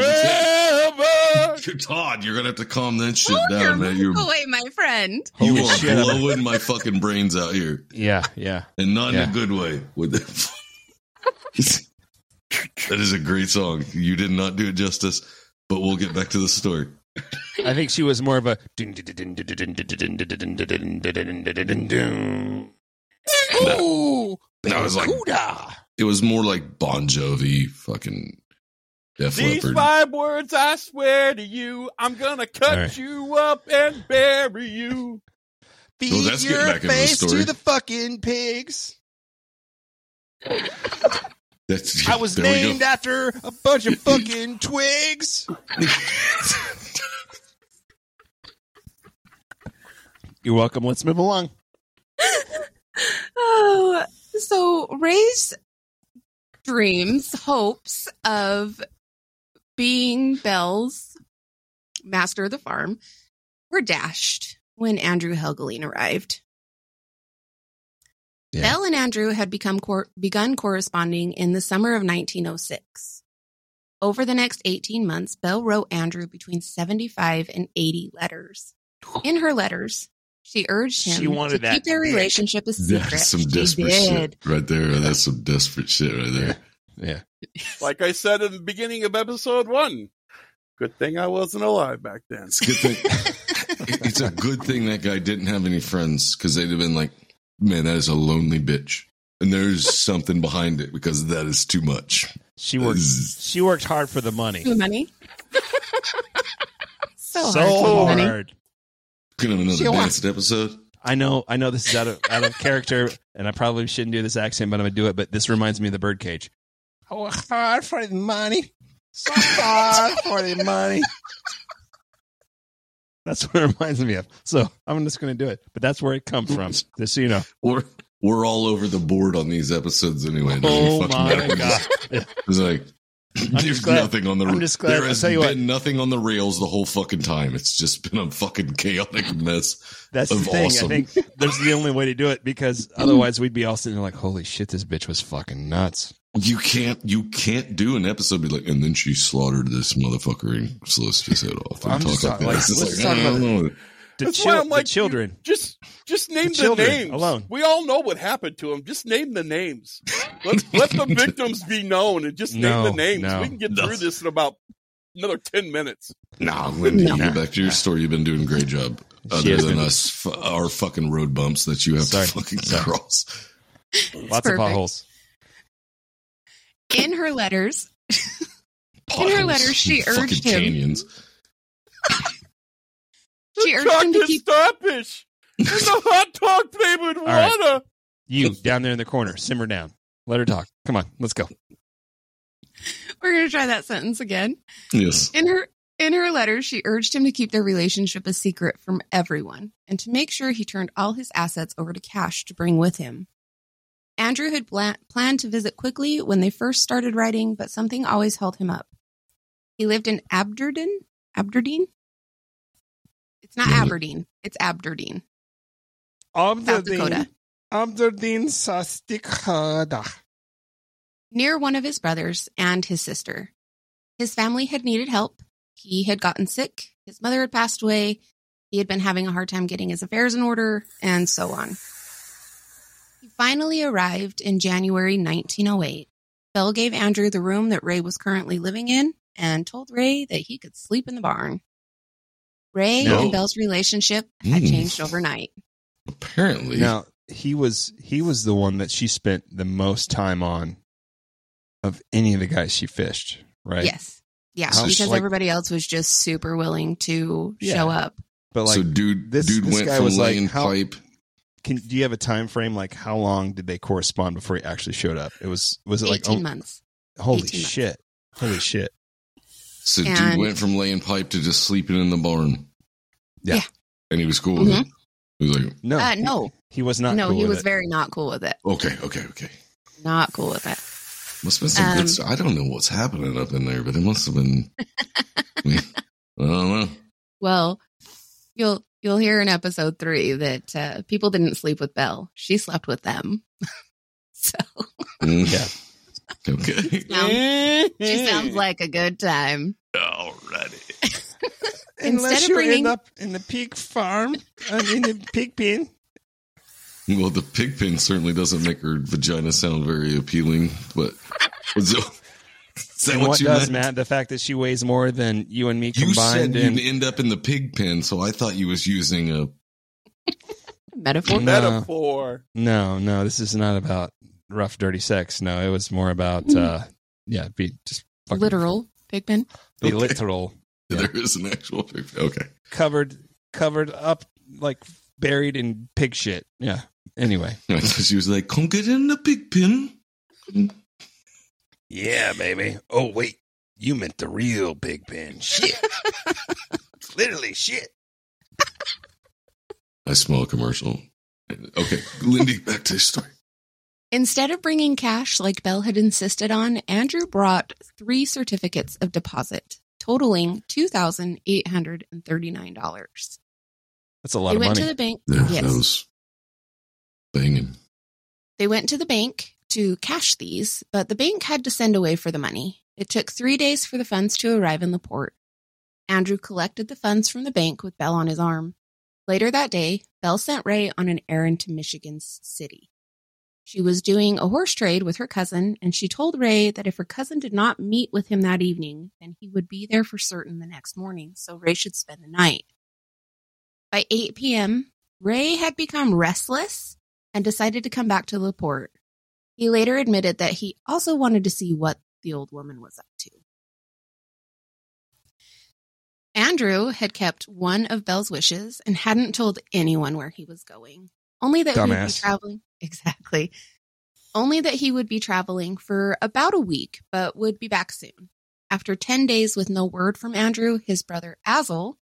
G: gonna take- Todd, you're gonna have to calm that shit down, man. You're
A: away, Oh, my friend.
G: you
E: Holy
G: are
E: shit, I'm-
G: blowing my fucking brains out here,
E: Yeah, yeah.
G: and not in
E: Yeah.
G: a good way. With the- that is a great song. You did not do it justice, but we'll get back to the story.
E: I think she was more of a.
F: Ooh,
G: No, it was like-
F: Barracuda.
G: It was more like Bon Jovi, fucking Def
B: These
G: Leppard.
B: five words, I swear to you, I'm gonna cut
E: All right.
B: you up and bury you.
F: Feed
G: Well, that's getting
F: your
G: back into the
F: face
G: story.
F: to the fucking pigs.
G: That's-
F: I was
G: there we go.
F: named after a bunch of fucking twigs.
E: You're welcome. Let's move along.
A: Oh, so Ray's dreams, hopes of being Bell's master of the farm were dashed when Andrew Helgeline arrived.
E: Yeah.
A: Bell and Andrew had become cor- begun corresponding in the summer of 1906. Over the next 18 months, Bell wrote Andrew between 75 and 80 letters. In her letters, she urged him
H: She wanted
A: to
H: that
A: keep their
H: dick.
A: relationship a secret.
G: That's some
A: She
G: desperate
A: did.
G: shit right there. That's some desperate shit right there.
E: Yeah.
B: Like I said at the beginning of episode one, good thing I wasn't alive back then.
G: It's a good thing. it- it's a good thing that guy didn't have any friends because they'd have been like, "Man, that is a lonely bitch," and there's something behind it because that is too much.
E: She worked. She worked hard for the money.
A: Too many. so,
E: So
A: hard.
E: hard.
G: Could have another
F: She wa-
G: danced episode.
E: I know, I know this is out of out of character, and I probably shouldn't do this accent, but I'm gonna do it. But this reminds me of the birdcage.
F: Oh, hard for the money. So hard for the money.
E: That's what it reminds me of. So I'm just gonna do it. But that's where it comes from. Just so you know.
G: We're we're all over the board on these episodes anyway. It doesn't
E: Oh
G: fucking
E: my
G: matter.
E: god.
G: It's like there's
E: glad-
G: nothing on the.
E: I'm just glad-
G: there
E: I'll
G: has
E: tell you
G: been
E: what.
G: nothing on the rails the whole fucking time. It's just been a fucking chaotic mess.
E: That's the
G: Of
E: thing.
G: awesome.
E: I think there's the only way to do it because otherwise we'd be all sitting there like, holy shit, this bitch was fucking nuts.
G: You can't you can't do an episode be like, and then she slaughtered this motherfucker and sliced his head off.
E: I'm
G: And
E: just
G: talk
E: talking- like,
G: like that. It's just
E: let's
G: like,
E: talk
G: I don't know.
E: The,
B: That's
E: chil-
B: why I'm
E: the
B: like, you-
E: children.
B: Just just name
E: The
B: the,
E: children
B: names.
E: alone.
B: We all know what happened to him. Just name the names. Let let the victims be known and just name
E: No,
B: the names.
E: no.
B: we can get
G: No.
B: through this in about another ten minutes.
G: Nah, Lindy,
A: No.
G: you get back to your story. You've been doing a great job.
E: She
G: Other
E: has
G: than
E: been-
G: us, f- our fucking road bumps that you have
E: Sorry.
G: to fucking
E: Sorry.
G: cross.
E: Lots of
A: perfect.
E: potholes.
A: In her letters, In her letter, she
G: Fucking
A: urged him-
G: Canyons.
A: she urged him to
B: chocolate
A: keep
B: starfish and the hot dog flavored water.
E: right. You down there in the corner, simmer down. Let her talk. Come on, let's go.
A: We're going to try that sentence again.
G: Yes.
A: In her in her letter, she urged him to keep their relationship a secret from everyone and to make sure he turned all his assets over to cash to bring with him. Andrew had pla- planned to visit quickly when they first started writing, but something always held him up. He lived in Aberdeen. Aberdeen? It's not
G: Yeah.
A: Aberdeen. It's Aberdeen, South Dakota,
F: Abderdeen. Abderdeen Sastikhada.
A: near one of his brothers and his sister. His family had needed help. He had gotten sick. His mother had passed away. He had been having a hard time getting his affairs in order, and so on. He finally arrived in January 1908. Bell gave Andrew the room that Ray was currently living in and told Ray that he could sleep in the barn. Ray
G: No.
A: and Bell's relationship had
G: Hmm.
A: changed overnight.
G: Apparently.
E: Now he was he was the one that she spent the most time on of any of the guys she fished, right?
A: Yes. Yeah,
E: How-
A: because
E: like-
A: everybody else was just super willing to
E: Yeah.
A: show up.
E: But like,
G: so dude,
E: this-
G: dude
E: this
G: went
E: guy
G: from
E: was like,
G: laying
E: how-
G: pipe.
E: can do you have a time frame? Like, how long did they correspond before he actually showed up? It was was it like
A: 18
E: oh,
A: months.
E: holy
A: 18 months.
E: shit, holy shit?
G: So dude
A: And-
G: went from laying pipe to just sleeping in the barn.
E: Yeah.
A: Yeah. Mm-hmm.
G: And he was cool with it. He was like,
E: No,
A: Uh, no.
E: he, he was not.
A: no,
E: cool
A: he
E: with
A: was
E: it.
A: very not cool with it.
G: okay, okay, okay.
A: Not cool with it.
G: Must have been some
A: Um,
G: good stuff. I don't know what's happening up in there, but it must have been. I, mean, I don't know.
A: Well, you'll you'll hear in episode three that uh, people didn't sleep with Belle; she slept with them. so
G: Mm.
E: Yeah.
G: Okay.
A: um, she sounds like a good time.
G: Alrighty.
A: Instead
F: Unless
A: of
F: you
A: bringing-
F: end up in the pig farm, I mean, the pig pen.
G: Well, the pig pen certainly doesn't make her vagina sound very appealing, but is that, is that
E: And
G: what,
E: what
G: you
E: does,
G: meant?
E: Matt? The fact that she weighs more than you and me
G: You
E: combined.
G: said
E: and,
G: you'd end up in the pig pen, so I thought you was using a.
A: Metaphor.
E: No.
B: metaphor.
E: no, no, this is not about rough, dirty sex. No, it was more about, uh, yeah, be just fucking-
A: Mm. literal pigpen.
E: Be
G: Okay.
E: literal. Yeah.
G: There is an actual pig pen. Okay.
E: covered covered up like buried in pig shit. Yeah. Anyway.
G: I thought she was like, "Come get in the pig pen."
E: Yeah, baby. Oh wait. You meant the real pig pen. Shit. Literally shit.
G: I smell a commercial. Okay, Lindy, back to the story.
A: Instead of bringing cash like Belle had insisted on, Andrew brought three certificates of deposit, totaling two thousand eight hundred and thirty-nine dollars.
E: That's a lot
A: They
E: of
A: went
E: money.
A: to the bank.
G: Yeah,
A: Yes.
G: that was banging.
A: They went to the bank to cash these, but the bank had to send away for the money. It took three days for the funds to arrive in the port. Andrew collected the funds from the bank with Bell on his arm. Later that day, Bell sent Ray on an errand to Michigan's city. She was doing a horse trade with her cousin, and she told Ray that if her cousin did not meet with him that evening, then he would be there for certain the next morning, so Ray should spend the night. By 8 p.m., Ray had become restless and decided to come back to LaPorte. He later admitted that he also wanted to see what the old woman was up to. Andrew had kept one of Belle's wishes and hadn't told anyone where he was going. Only that he would be
E: Dumbass.
A: traveling. Exactly. Only that he would be traveling for about a week, but would be back soon. After 10 days with no word from Andrew, his brother Azel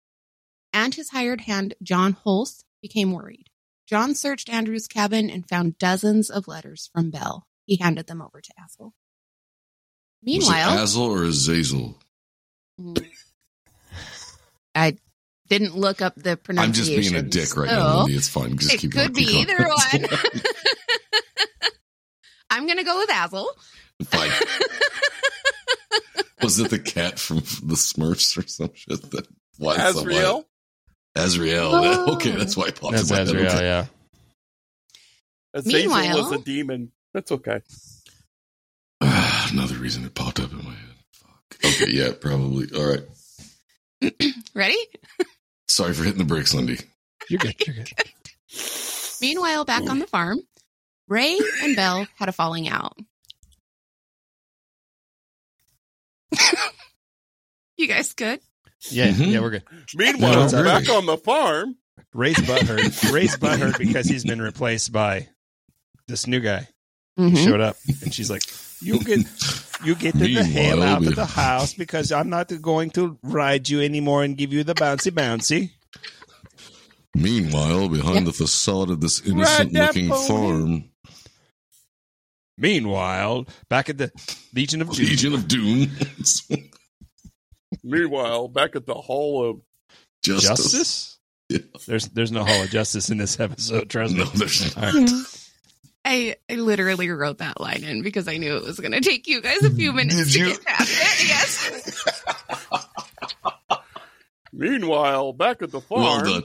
A: and his hired hand, John Holst, became worried. John searched Andrew's cabin and found dozens of letters from Bell. He handed them over to Azel. Meanwhile,
G: was it Azel or Azazel?
A: Mm. I didn't look up the
G: I'm
A: pronunciation.
G: just being a dick right now,
A: so
G: Lindy. It's fine. Just
A: Oh. It
G: keep
A: could be
G: going, keep
A: either
G: going.
A: one. I'm going to go with Azel.
G: fine. Was it the cat from the Smurfs or some shit? That why is that
B: Asriel.
G: why- Azrael.
A: Oh.
G: Okay, that's why it popped
E: That's
G: in my
E: Azrael,
G: head. Okay.
E: yeah.
B: Azazel was
A: Meanwhile-
B: a demon. That's okay.
G: Ah, Another reason it popped up in my head. Fuck. Okay, yeah, probably. All right.
A: Ready?
G: Sorry for hitting the brakes, Lindy.
E: You're good. You're good.
A: Meanwhile, back on the farm, Ray and Bell had a falling out. you guys good?
E: Yeah,
G: Mhm.
E: yeah, we're good.
G: No,
B: Meanwhile,
G: it's all
B: back
G: right.
B: on the farm.
E: Ray's butthurt. Ray's butthurt because he's been replaced by this new guy who
A: Mm-hmm.
E: showed up, and she's like, "You get, you get to the hell
G: Mm-hmm. Meanwhile,
E: out
G: we-
E: of the house because I'm not going to ride you anymore and give you the bouncy bouncy."
G: Meanwhile, behind the facade of this
B: Ride that
G: innocent-looking
B: pony.
G: farm,
E: Meanwhile, back at the Legion of Doom,
G: Legion of Doom,
B: Meanwhile, back at the Hall of
G: justice.
E: Justice.
G: Yeah.
E: There's there's no Hall of Justice in this episode. Trust me.
G: No, there's
E: All right.
A: Mhm. I, I literally wrote that line in because I knew it was going to take you guys a few minutes
G: Did
A: to
G: you-
A: get past it. Yes.
B: Meanwhile, back at the
G: Well
B: farm.
G: done.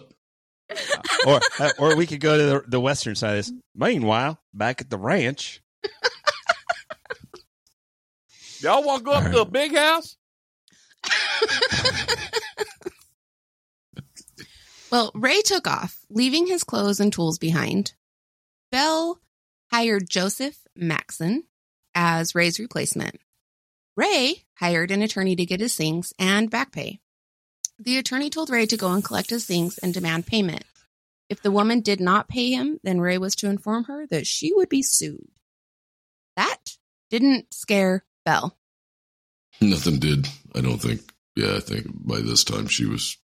E: Or uh, or we could go to the, the western side of this. Meanwhile, back at the ranch,
B: Y'all want to go up to the big house?
A: well, Ray took off, leaving his clothes and tools behind. Bell hired Joseph Maxon as Ray's replacement. Ray hired an attorney to get his things and back pay. The attorney told Ray to go and collect his things and demand payment. If the woman did not pay him, then Ray was to inform her that she would be sued. That didn't scare Bell.
G: Nothing did. I don't think. Yeah, I think by this time she was.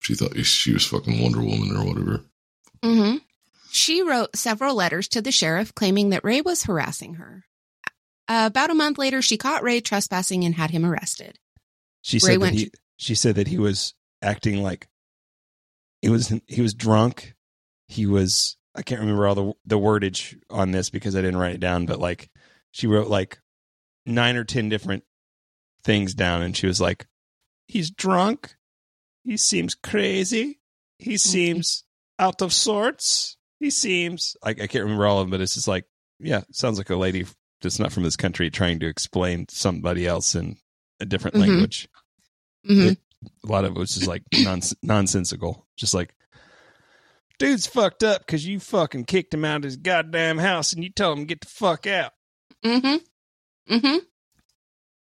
G: She thought she was fucking Wonder Woman or whatever.
A: hmm She wrote several letters to the sheriff claiming that Ray was harassing her. Uh, about a month later, she caught Ray trespassing and had him arrested.
E: She
A: Ray
E: said that
A: went-
E: he. She said that he was acting like he was. He was drunk. He was. I can't remember all the the wordage on this because I didn't write it down. But like, she wrote like nine or ten different things down, and she was like, "He's drunk. He seems crazy. He seems out of sorts. He seems." I, I can't remember all of them, but it's just like, yeah, sounds like a lady that's not from this country trying to explain somebody else in a different
A: Mhm.
E: language
A: Mhm.
E: a lot of it was just like nons- nonsensical. Just like, dude's fucked up because you fucking kicked him out of his goddamn house and you told him get the fuck out.
A: Mm-hmm. Mm-hmm.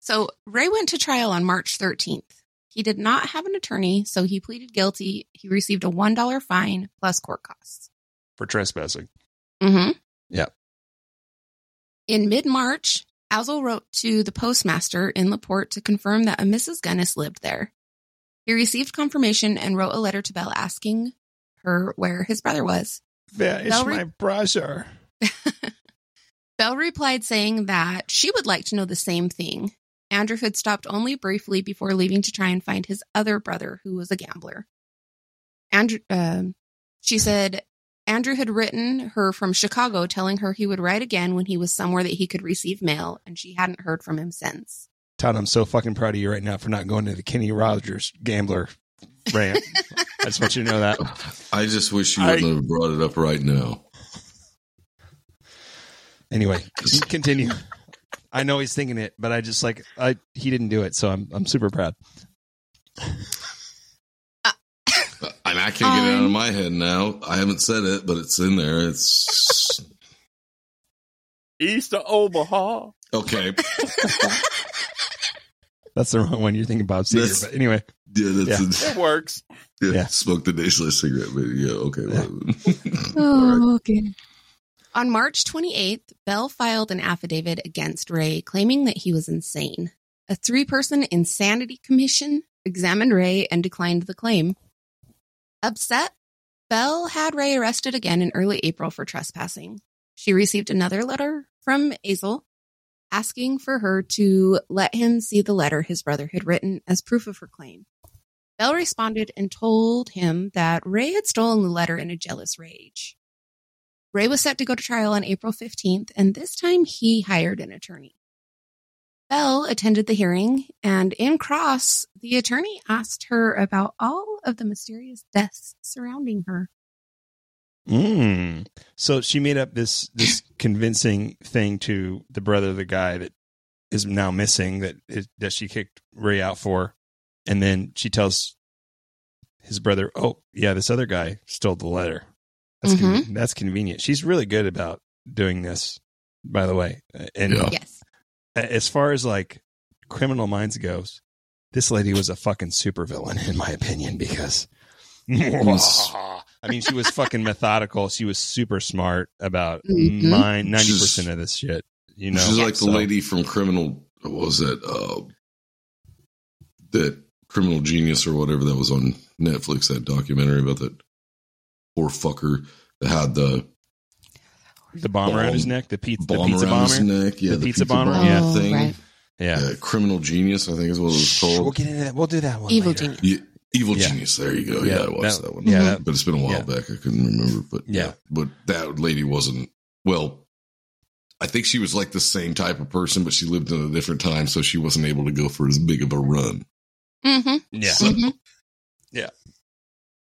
A: So Ray went to trial on March 13th. He did not have an attorney, so he pleaded guilty. He received a $1 fine plus court costs.
E: For trespassing.
A: Mm-hmm.
E: Yep.
A: In mid-March, Azel wrote to the postmaster in LaPorte to confirm that a Mrs. Gunnis lived there. He received confirmation and wrote a letter to Bell asking her where his brother was.
F: There is
A: Valerie-
F: my brother.
A: Bell replied saying that she would like to know the same thing. Andrew had stopped only briefly before leaving to try and find his other brother, who was a gambler. Andrew, um, she said, Andrew had written her from Chicago telling her he would write again when he was somewhere that he could receive mail, and she hadn't heard from him since.
E: Todd, I'm so fucking proud of you right now for not going to the Kenny Rogers gambler rant. I just want you to know that.
G: I just wish you would
B: I-
G: have brought it up right now.
E: Anyway, continue. I know he's thinking it, but I just like I he didn't do it, so I'm I'm super proud.
G: And I can't get it out of
A: Um,
G: my head now. I haven't said it, but it's in there. It's
B: East of Omaha.
G: okay. Yeah,
E: That's the wrong one you're thinking Bob Seger.
G: That's-
E: But anyway,
G: that's
B: It works.
G: yeah.
E: Yeah.
G: Smoke the nationalist cigarette, but yeah, okay.
E: Yeah.
G: All
A: Oh.
G: right.
A: okay. On March 28th, Bell filed an affidavit against Ray claiming that he was insane. A three person insanity commission examined Ray and declined the claim. Upset, Bell had Ray arrested again in early April for trespassing. She received another letter from Azel asking for her to let him see the letter his brother had written as proof of her claim. Bell responded and told him that Ray had stolen the letter in a jealous rage. Ray was set to go to trial on April 15th, and this time he hired an attorney. Bell attended the hearing, and in cross, the attorney asked her about all of the mysterious deaths surrounding her.
E: Mm. So she made up this this convincing thing to the brother of the guy that is now missing that is, that she kicked Ray out for, and then she tells his brother, "Oh yeah, this other guy stole the letter." That's con- that's convenient. She's really good about doing this, by the way. And
G: Yeah.
A: Yes.
E: a- as far as like criminal minds goes, this lady was a fucking supervillain in my opinion because I mean she was fucking methodical. She was super smart about
A: Mhm.
E: mine ninety percent of this shit. You know,
G: She's like the
E: So-
G: lady from Criminal. What was that? Uh, that Criminal Genius or whatever that was on Netflix. That documentary about that poor fucker that had the
E: the bomb around his neck, the pizza, the
G: bomb
E: pizza
G: around
E: bomber.
G: his neck. Yeah,
E: The pizza bomber,
G: bomb
E: yeah.
A: Oh,
G: thing.
A: right.
E: Yeah,
G: Yeah. Criminal Genius. I think is what it was
E: Shh, we'll
G: called.
E: get into that. We'll do that one.
A: Evil
E: later.
A: genius.
G: Yeah, Evil
E: Yeah.
G: Genius. There you go. Yeah, I watched that, one.
E: Yeah,
B: Mm-hmm.
A: Mhm.
E: that-
G: but it's been a while
E: Yeah.
G: back. I couldn't remember. But
E: Yeah.
G: but that lady wasn't well. I think she was like the same type of person, but she lived in a different time, so she wasn't able to go for as big of a run.
A: Mm-hmm.
E: yeah.
G: So-
A: Mhm.
E: Yeah.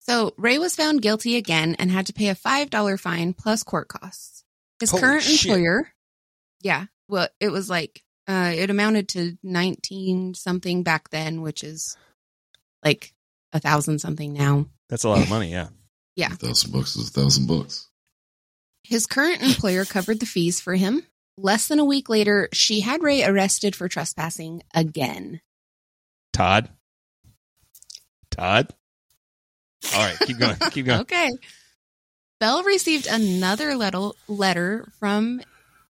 A: So Ray was found guilty again and had to pay a five dollar fine plus court costs. His
E: Holy
A: current
E: shit.
A: employer, yeah, well, it was like uh, it amounted to nineteen something back then, which is like a thousand something now.
E: That's a lot of money. Yeah,
G: A thousand bucks is a thousand bucks.
A: His current employer covered the fees for him. Less than a week later, she had Ray arrested for trespassing again.
E: Todd. Todd. All right, keep going. Keep going.
A: Okay. Bell received another let- letter from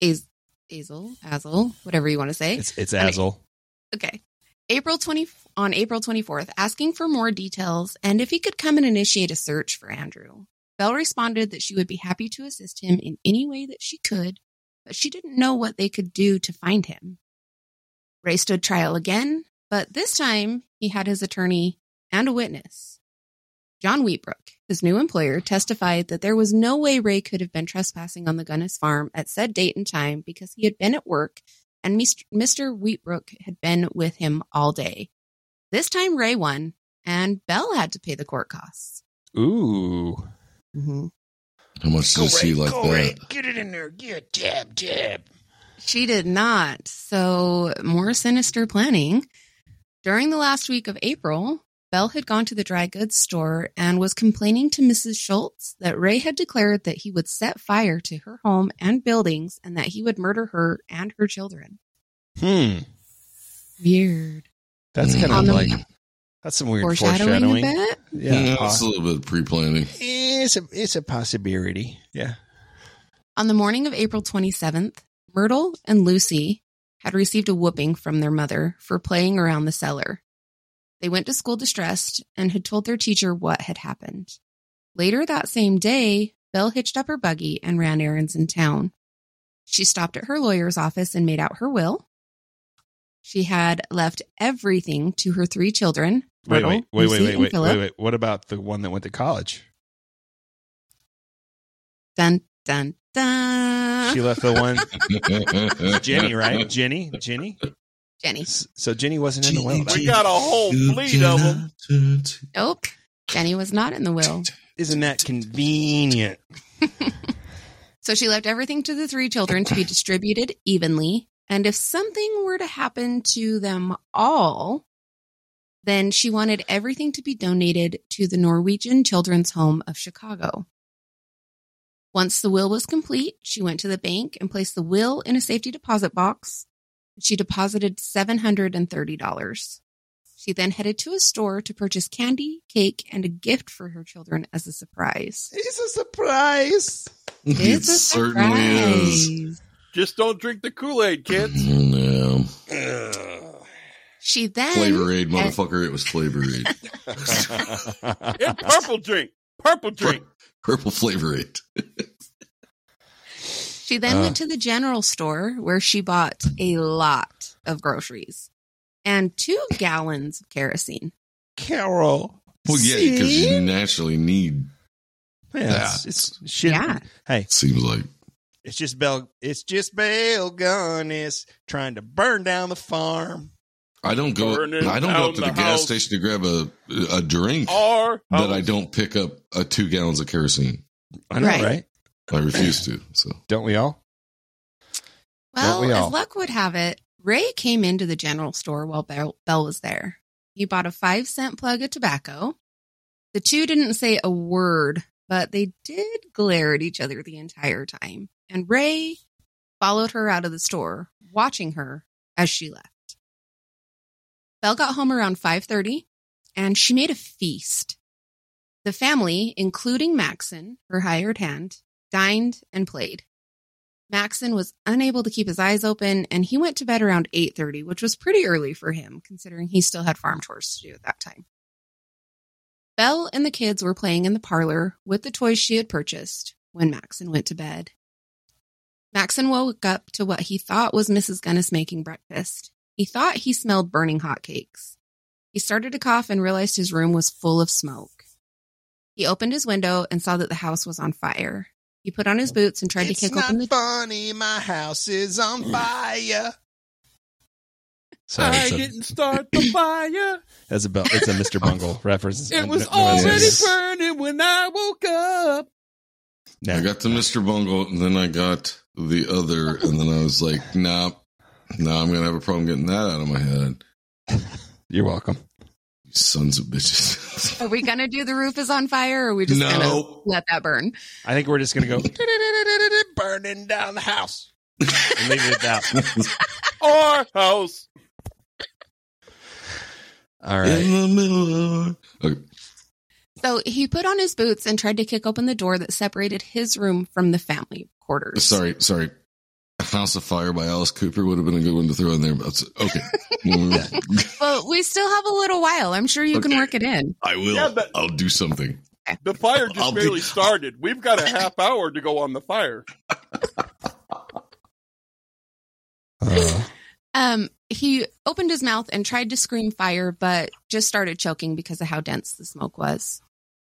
A: Az- Azel, Azel, whatever you want to say.
E: It's it's Azel.
A: Okay. April 20 on April 24th, asking for more details and if he could come and initiate a search for Andrew. Bell responded that she would be happy to assist him in any way that she could but she didn't know what they could do to find him. Ray stood trial again, but this time he had his attorney and a witness. John Wheatbrook, his new employer, testified that there was no way Ray could have been trespassing on the Gunnis farm at said date and time because he had been at work and Mis- Mr. Wheatbrook had been with him all day. This time Ray won, and Bell had to pay the court costs.
E: Ooh.
G: How much does she like that?
F: Get it in there. Get jab, jab.
A: She did not. So, more sinister planning. During the last week of April, Bell had gone to the dry goods store and was complaining to Mrs. Schultz that Ray had declared that he would set fire to her home and buildings and that he would murder her and her children.
E: Hmm.
A: Weird.
E: That's kind
A: Hmm. On
G: Mm-hmm.
E: of
A: the-
E: like that's some weird
A: Foreshadowing,
E: foreshadowing.
A: a bit. Hmm.
E: Yeah.
G: yeah, Mm-hmm. it's a little bit pre planning.
E: It's a it's a possibility. Yeah.
A: On the morning of April 27th, Myrtle and Lucy had received a whooping from their mother for playing around the cellar. They went to school distressed and had told their teacher what had happened. Later that same day, Belle hitched up her buggy and ran errands in town. She stopped at her lawyer's office and made out her will. She had left everything to her three children.
E: Wait,
A: Myrtle,
E: wait, wait, wait,
A: Lucy,
E: wait,
A: and
E: wait,
A: Philip.
E: wait, wait. What about the one that went to college?
A: Dun, dun, dun.
E: She left the one Jenny, right? Jenny, Jenny.
A: Jenny.
E: S- So Jenny wasn't in the
G: Jenny,
E: well.
B: We
E: That-
B: got a whole fleet of them.
A: Nope. Jenny was not in the will.
E: Isn't that convenient?
A: So she left everything to the three children to be distributed evenly. And if something were to happen to them all, then she wanted everything to be donated to the Norwegian Children's Home of Chicago. Once the will was complete, she went to the bank and placed the will in a safety deposit box. She deposited $730. She then headed to a store to purchase candy, cake, and a gift for her children as a surprise.
F: It's a surprise.
G: It certainly is. Mm-hmm,
A: surprise.
B: Just don't drink the Kool Aid, kids.
G: Yeah.
A: She then
G: Flavor aid, motherfucker. It was flavor aid.
B: And purple drink. Purple drink.
G: Purple flavor aid.
A: she then
E: Uh.
A: went to the general store where she bought a lot of groceries and two gallons of kerosene.
F: Carol.
G: Well, yeah, because
F: See?
G: you naturally need,
E: yeah, it's, it's shit.
A: Yeah.
E: Hey,
G: seems like.
E: it's just Bell. It's just Bell Gunnis trying to burn down the farm.
G: I don't go.
B: Burning
G: I don't go up to the,
B: down the
G: gas
B: house. Oh,
G: station to grab a a drink
B: Or
G: that I don't pick up uh two gallons of kerosene.
E: I know,
A: Right.
E: right?
G: I refuse to. So
E: Don't we all?
A: Well,
E: we all?
A: as luck would have it, Ray came into the general store while Bell, Bell was there. He bought a five cent plug of tobacco. The two didn't say a word, but they did glare at each other the entire time. And Ray followed her out of the store, watching her as she left. Bell got home around 5:30 and she made a feast. The family, including Maxon, her hired hand, dined and played. Maxon was unable to keep his eyes open and he went to bed around 8:30, which was pretty early for him considering he still had farm chores to do at that time. Belle and the kids were playing in the parlor with the toys she had purchased when Maxon went to bed. Maxon woke up to what he thought was Mrs. Gunnis making breakfast. He thought he smelled burning hot cakes. He started to cough and realized his room was full of smoke. He opened his window and saw that the house was on fire. He put on his boots and tried
F: Oh, it's
A: to kick
F: not
A: open the
F: funny. My house is on fire.
E: Sorry,
B: I
E: that's a-
B: didn't start the fire.
E: that's a Bell. It's a Mr. Bungle reference.
B: It was
E: No- no one
B: already
E: says-
B: burning when I woke up.
E: No.
G: I got the Mr. Bungle, and then I got the other, and then I was like, nah, nah, I'm gonna have a problem getting that out of my head.
E: You're welcome.
G: You sons of bitches.
A: Are we gonna do the roof is on fire, or are we just gonna
G: No.
A: let that burn?
E: I think we're just gonna go and
F: Burning down the house.
E: leave it at that.
B: Our house.
E: All right.
G: In the middle of okay.
A: So he put on his boots and tried to kick open the door that separated his room from the family quarters.
G: Sorry, sorry. House of Fire by Alice Cooper would have been a good one to throw in there. But okay,
A: But we still have a little while. I'm sure you can
G: Okay.
A: work it in.
G: I will.
B: Yeah, but-
G: I'll do something.
B: The fire just
G: I'll be-
B: barely started. We've got a half hour to go on the fire.
A: Um, He opened his mouth and tried to scream fire, but just started choking because of how dense the smoke was.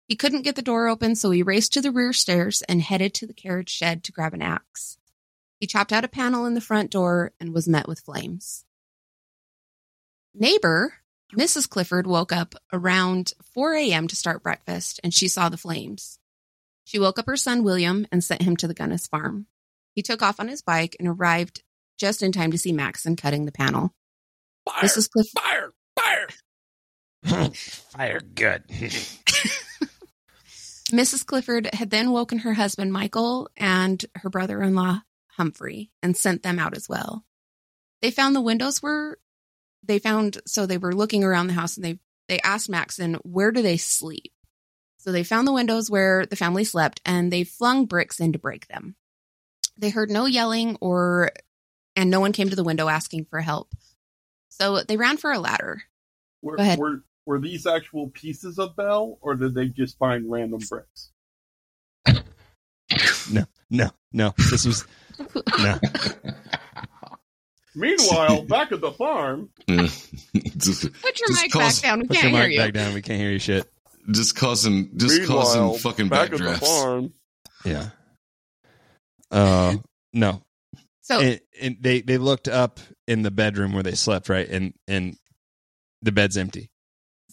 A: He couldn't get the door open, so he raced to the rear stairs and headed to the carriage shed to grab an axe. He chopped out a panel in the front door and was met with flames. Neighbor, Mrs. Clifford, woke up around 4 a.m. to start breakfast and she saw the flames. She woke up her son, William, and sent him to the Gunnis farm. He took off on his bike and arrived just in time to see Maxon cutting the panel.
B: Fire,
A: Mrs. Clifford.
B: fire, fire.
E: Fire good.
A: Mrs. Clifford had then woken her husband Michael and her brother in law Humphrey and sent them out as well. They found the windows were they found so they were looking around the house and they they asked Maxon, where do they sleep? So they found the windows where the family slept and they flung bricks in to break them. They heard no yelling or and no one came to the window asking for help. So they ran for a ladder.
B: Were,
A: Go ahead.
B: were were these actual pieces of Bell, or did they just find random bricks?
E: No, no, no. This was no.
B: Meanwhile, back at the farm,
G: Yeah. just,
A: Put your
G: Just
A: mic
G: cause-
A: back down. We
E: Put
A: can't
E: your
A: hear
E: mic
A: you.
E: back down. We can't hear you shit.
G: just causing, just
B: meanwhile,
G: causing fucking
B: back at the
G: backdrafts.
B: farm.
E: Yeah. Uh, no.
A: So
E: And, and they they looked up in the bedroom where they slept, right? And and the bed's empty.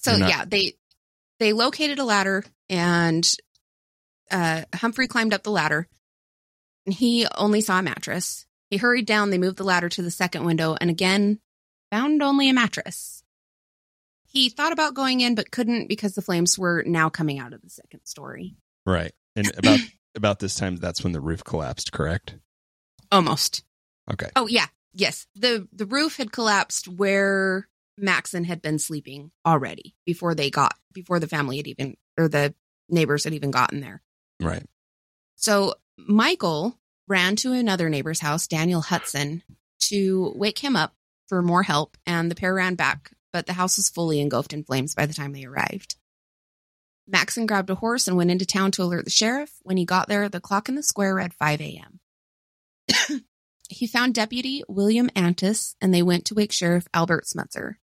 A: So
E: You're not-
A: yeah, they they located a ladder and uh Humphrey climbed up the ladder and he only saw a mattress. He hurried down, they moved the ladder to the second window and again found only a mattress. He thought about going in but couldn't because the flames were now coming out of the second story.
E: Right. And about about this time, that's when the roof collapsed. Correct.
A: Almost.
E: Okay.
A: Oh yeah. Yes. The the roof had collapsed where Maxon had been sleeping already before they got before the family had even or the neighbors had even gotten there.
E: Right.
A: So Michael ran to another neighbor's house, Daniel Hudson, to wake him up for more help, and the pair ran back, but the house was fully engulfed in flames by the time they arrived. Maxon grabbed a horse and went into town to alert the sheriff. When he got there, the clock in the square read 5 a.m. he found Deputy William Antis, and they went to wake Sheriff Albert Smutzer.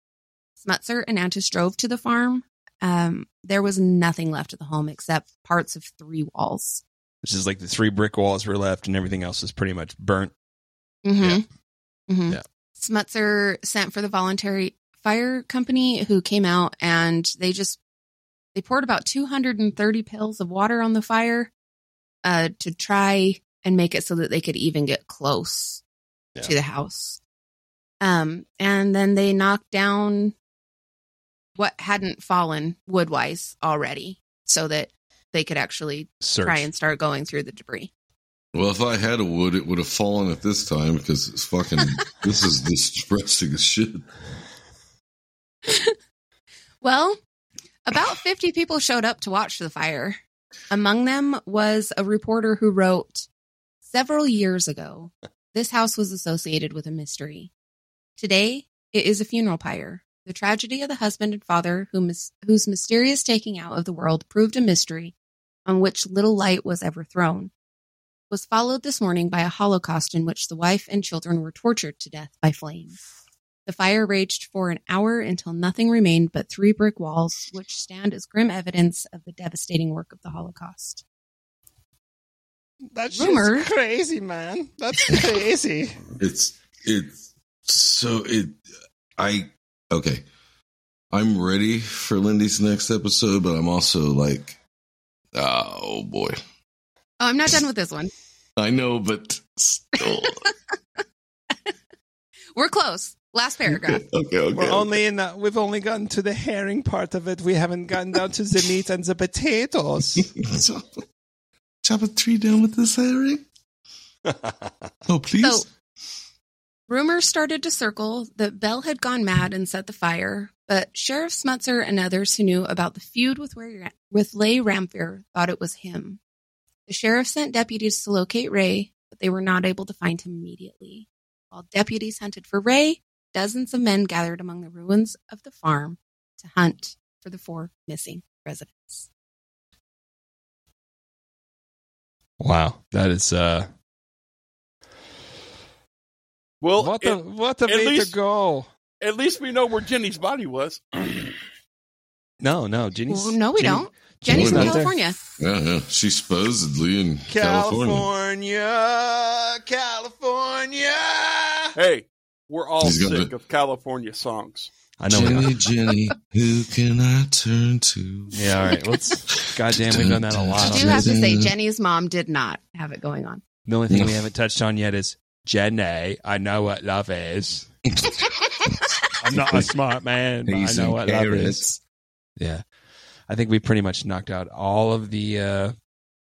A: Smutzer and Antis drove to the farm. Um, there was nothing left of the home except parts of three walls.
E: Which is like the three brick walls were left, and everything else is pretty much burnt.
A: Mm-hmm. hmm
E: Yeah.
A: Smutzer sent for the voluntary fire company who came out and they just they poured about 230 pails of water on the fire uh, to try and make it so that they could even get close
E: Yeah.
A: to the house. Um, and then they knocked down what hadn't fallen wood wise already so that they could actually
E: Search.
A: try and start going through the debris.
G: Well, if I had a wood, it would have fallen at this time because it's fucking. this is distressing as shit.
A: Well, about 50 people showed up to watch the fire. Among them was a reporter who wrote Several years ago, this house was associated with a mystery. Today, it is a funeral pyre. The tragedy of the husband and father who mis- whose mysterious taking out of the world proved a mystery on which little light was ever thrown. Was followed this morning by a holocaust in which the wife and children were tortured to death by flame. The fire raged for an hour until nothing remained but three brick walls, which stand as grim evidence of the devastating work of the Holocaust.
F: That's
A: Rumor.
F: just crazy, man. That's crazy.
G: It's it's so it. I okay. I'm ready for Lindy's next episode, but I'm also like, oh boy.
A: Oh, I'm not done with this one.
G: I know, but still.
A: We're close. Last paragraph.
G: okay, okay.
F: We're only in. The, we've only gotten to the herring part of it. We haven't gotten down to the meat and the potatoes.
G: chop, chop a tree down with this herring. Oh please.
A: So- Rumors started to circle that Bell had gone mad and set the fire, but Sheriff Smutzer and others who knew about the feud with, Ray, with Lay Ramphir thought it was him. The sheriff sent deputies to locate Ray, but they were not able to find him immediately. While deputies hunted for Ray, dozens of men gathered among the ruins of the farm to hunt for the four missing residents.
E: Wow, that is uh
B: Well,
E: what
B: at,
E: a what a
B: at
E: way
B: least-
E: to go!
B: at least we know where Jenny's body was.
E: No, no, Jenny's.
A: Well, no, we
E: Jenny-
A: don't. Jenny's in
E: Jenny's not there.
A: California.
G: Yeah, yeah. She's supposedly in California.
F: California, California.
B: Hey, we're all
G: He's gonna
B: sick
G: do-
B: of California songs.
E: I know. We don't.
G: Jenny, who can I turn to?
E: Yeah, all right. Let's. Goddamn, we've done that a
A: You
E: lot.
G: I
A: do
E: On
G: don't
A: have
E: this.
A: to
G: know.
A: say Jenny's mom did not have it going on.
E: The only thing we haven't touched on yet is Jenny. I know what love is. I'm not a smart man, but I know what love is. Yeah, I think we pretty much knocked out all of the uh,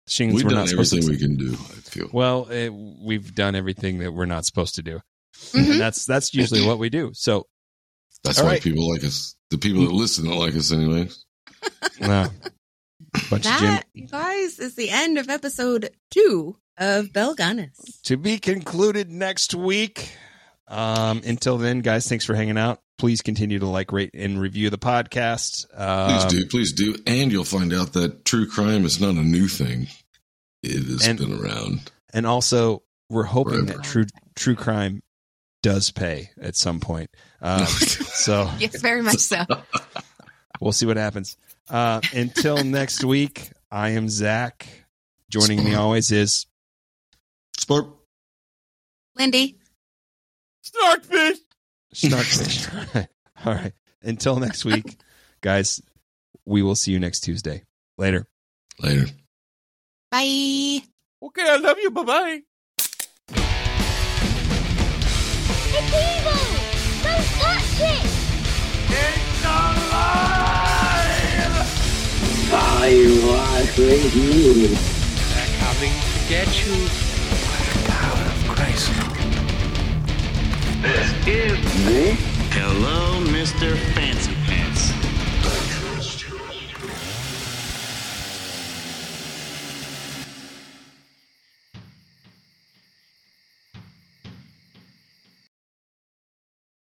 E: things
G: We've
E: we're
G: done
E: not supposed to.
G: everything we can do, I feel.
E: Well, it, we've done everything that we're not supposed to do,
A: Mhm.
E: and that's that's usually what we do. So,
G: That's
E: All
G: why
E: right.
G: people like us. The people that listen don't like us anyway.
E: uh, bunch of Jen-
A: That, you guys, is the end of episode two of Bell Gunness.
E: to be concluded next week. Um, until then, guys, thanks for hanging out. Please continue to like, rate, and review the podcast.
G: Please
E: Um,
G: do, please do. And you'll find out that true crime is not a new thing. It has
E: And-
G: been around.
E: And also, we're hoping
G: Forever.
E: that true true crime does pay at some point. Um, so
A: Yes, very much so.
E: we'll see what happens. Uh, until next week, I am Zach. Joining me always is
G: Spark.
A: Lindy,
B: Snarkfish!
E: Snarkfish. All right. Until next week, guys, we will see you next Tuesday. Later.
G: Later.
A: bye.
B: Okay, I love you. Bye bye.
C: It's evil! Don't touch it!
D: I was with you. They're coming to get you. This is the Hello, Mr. Fancy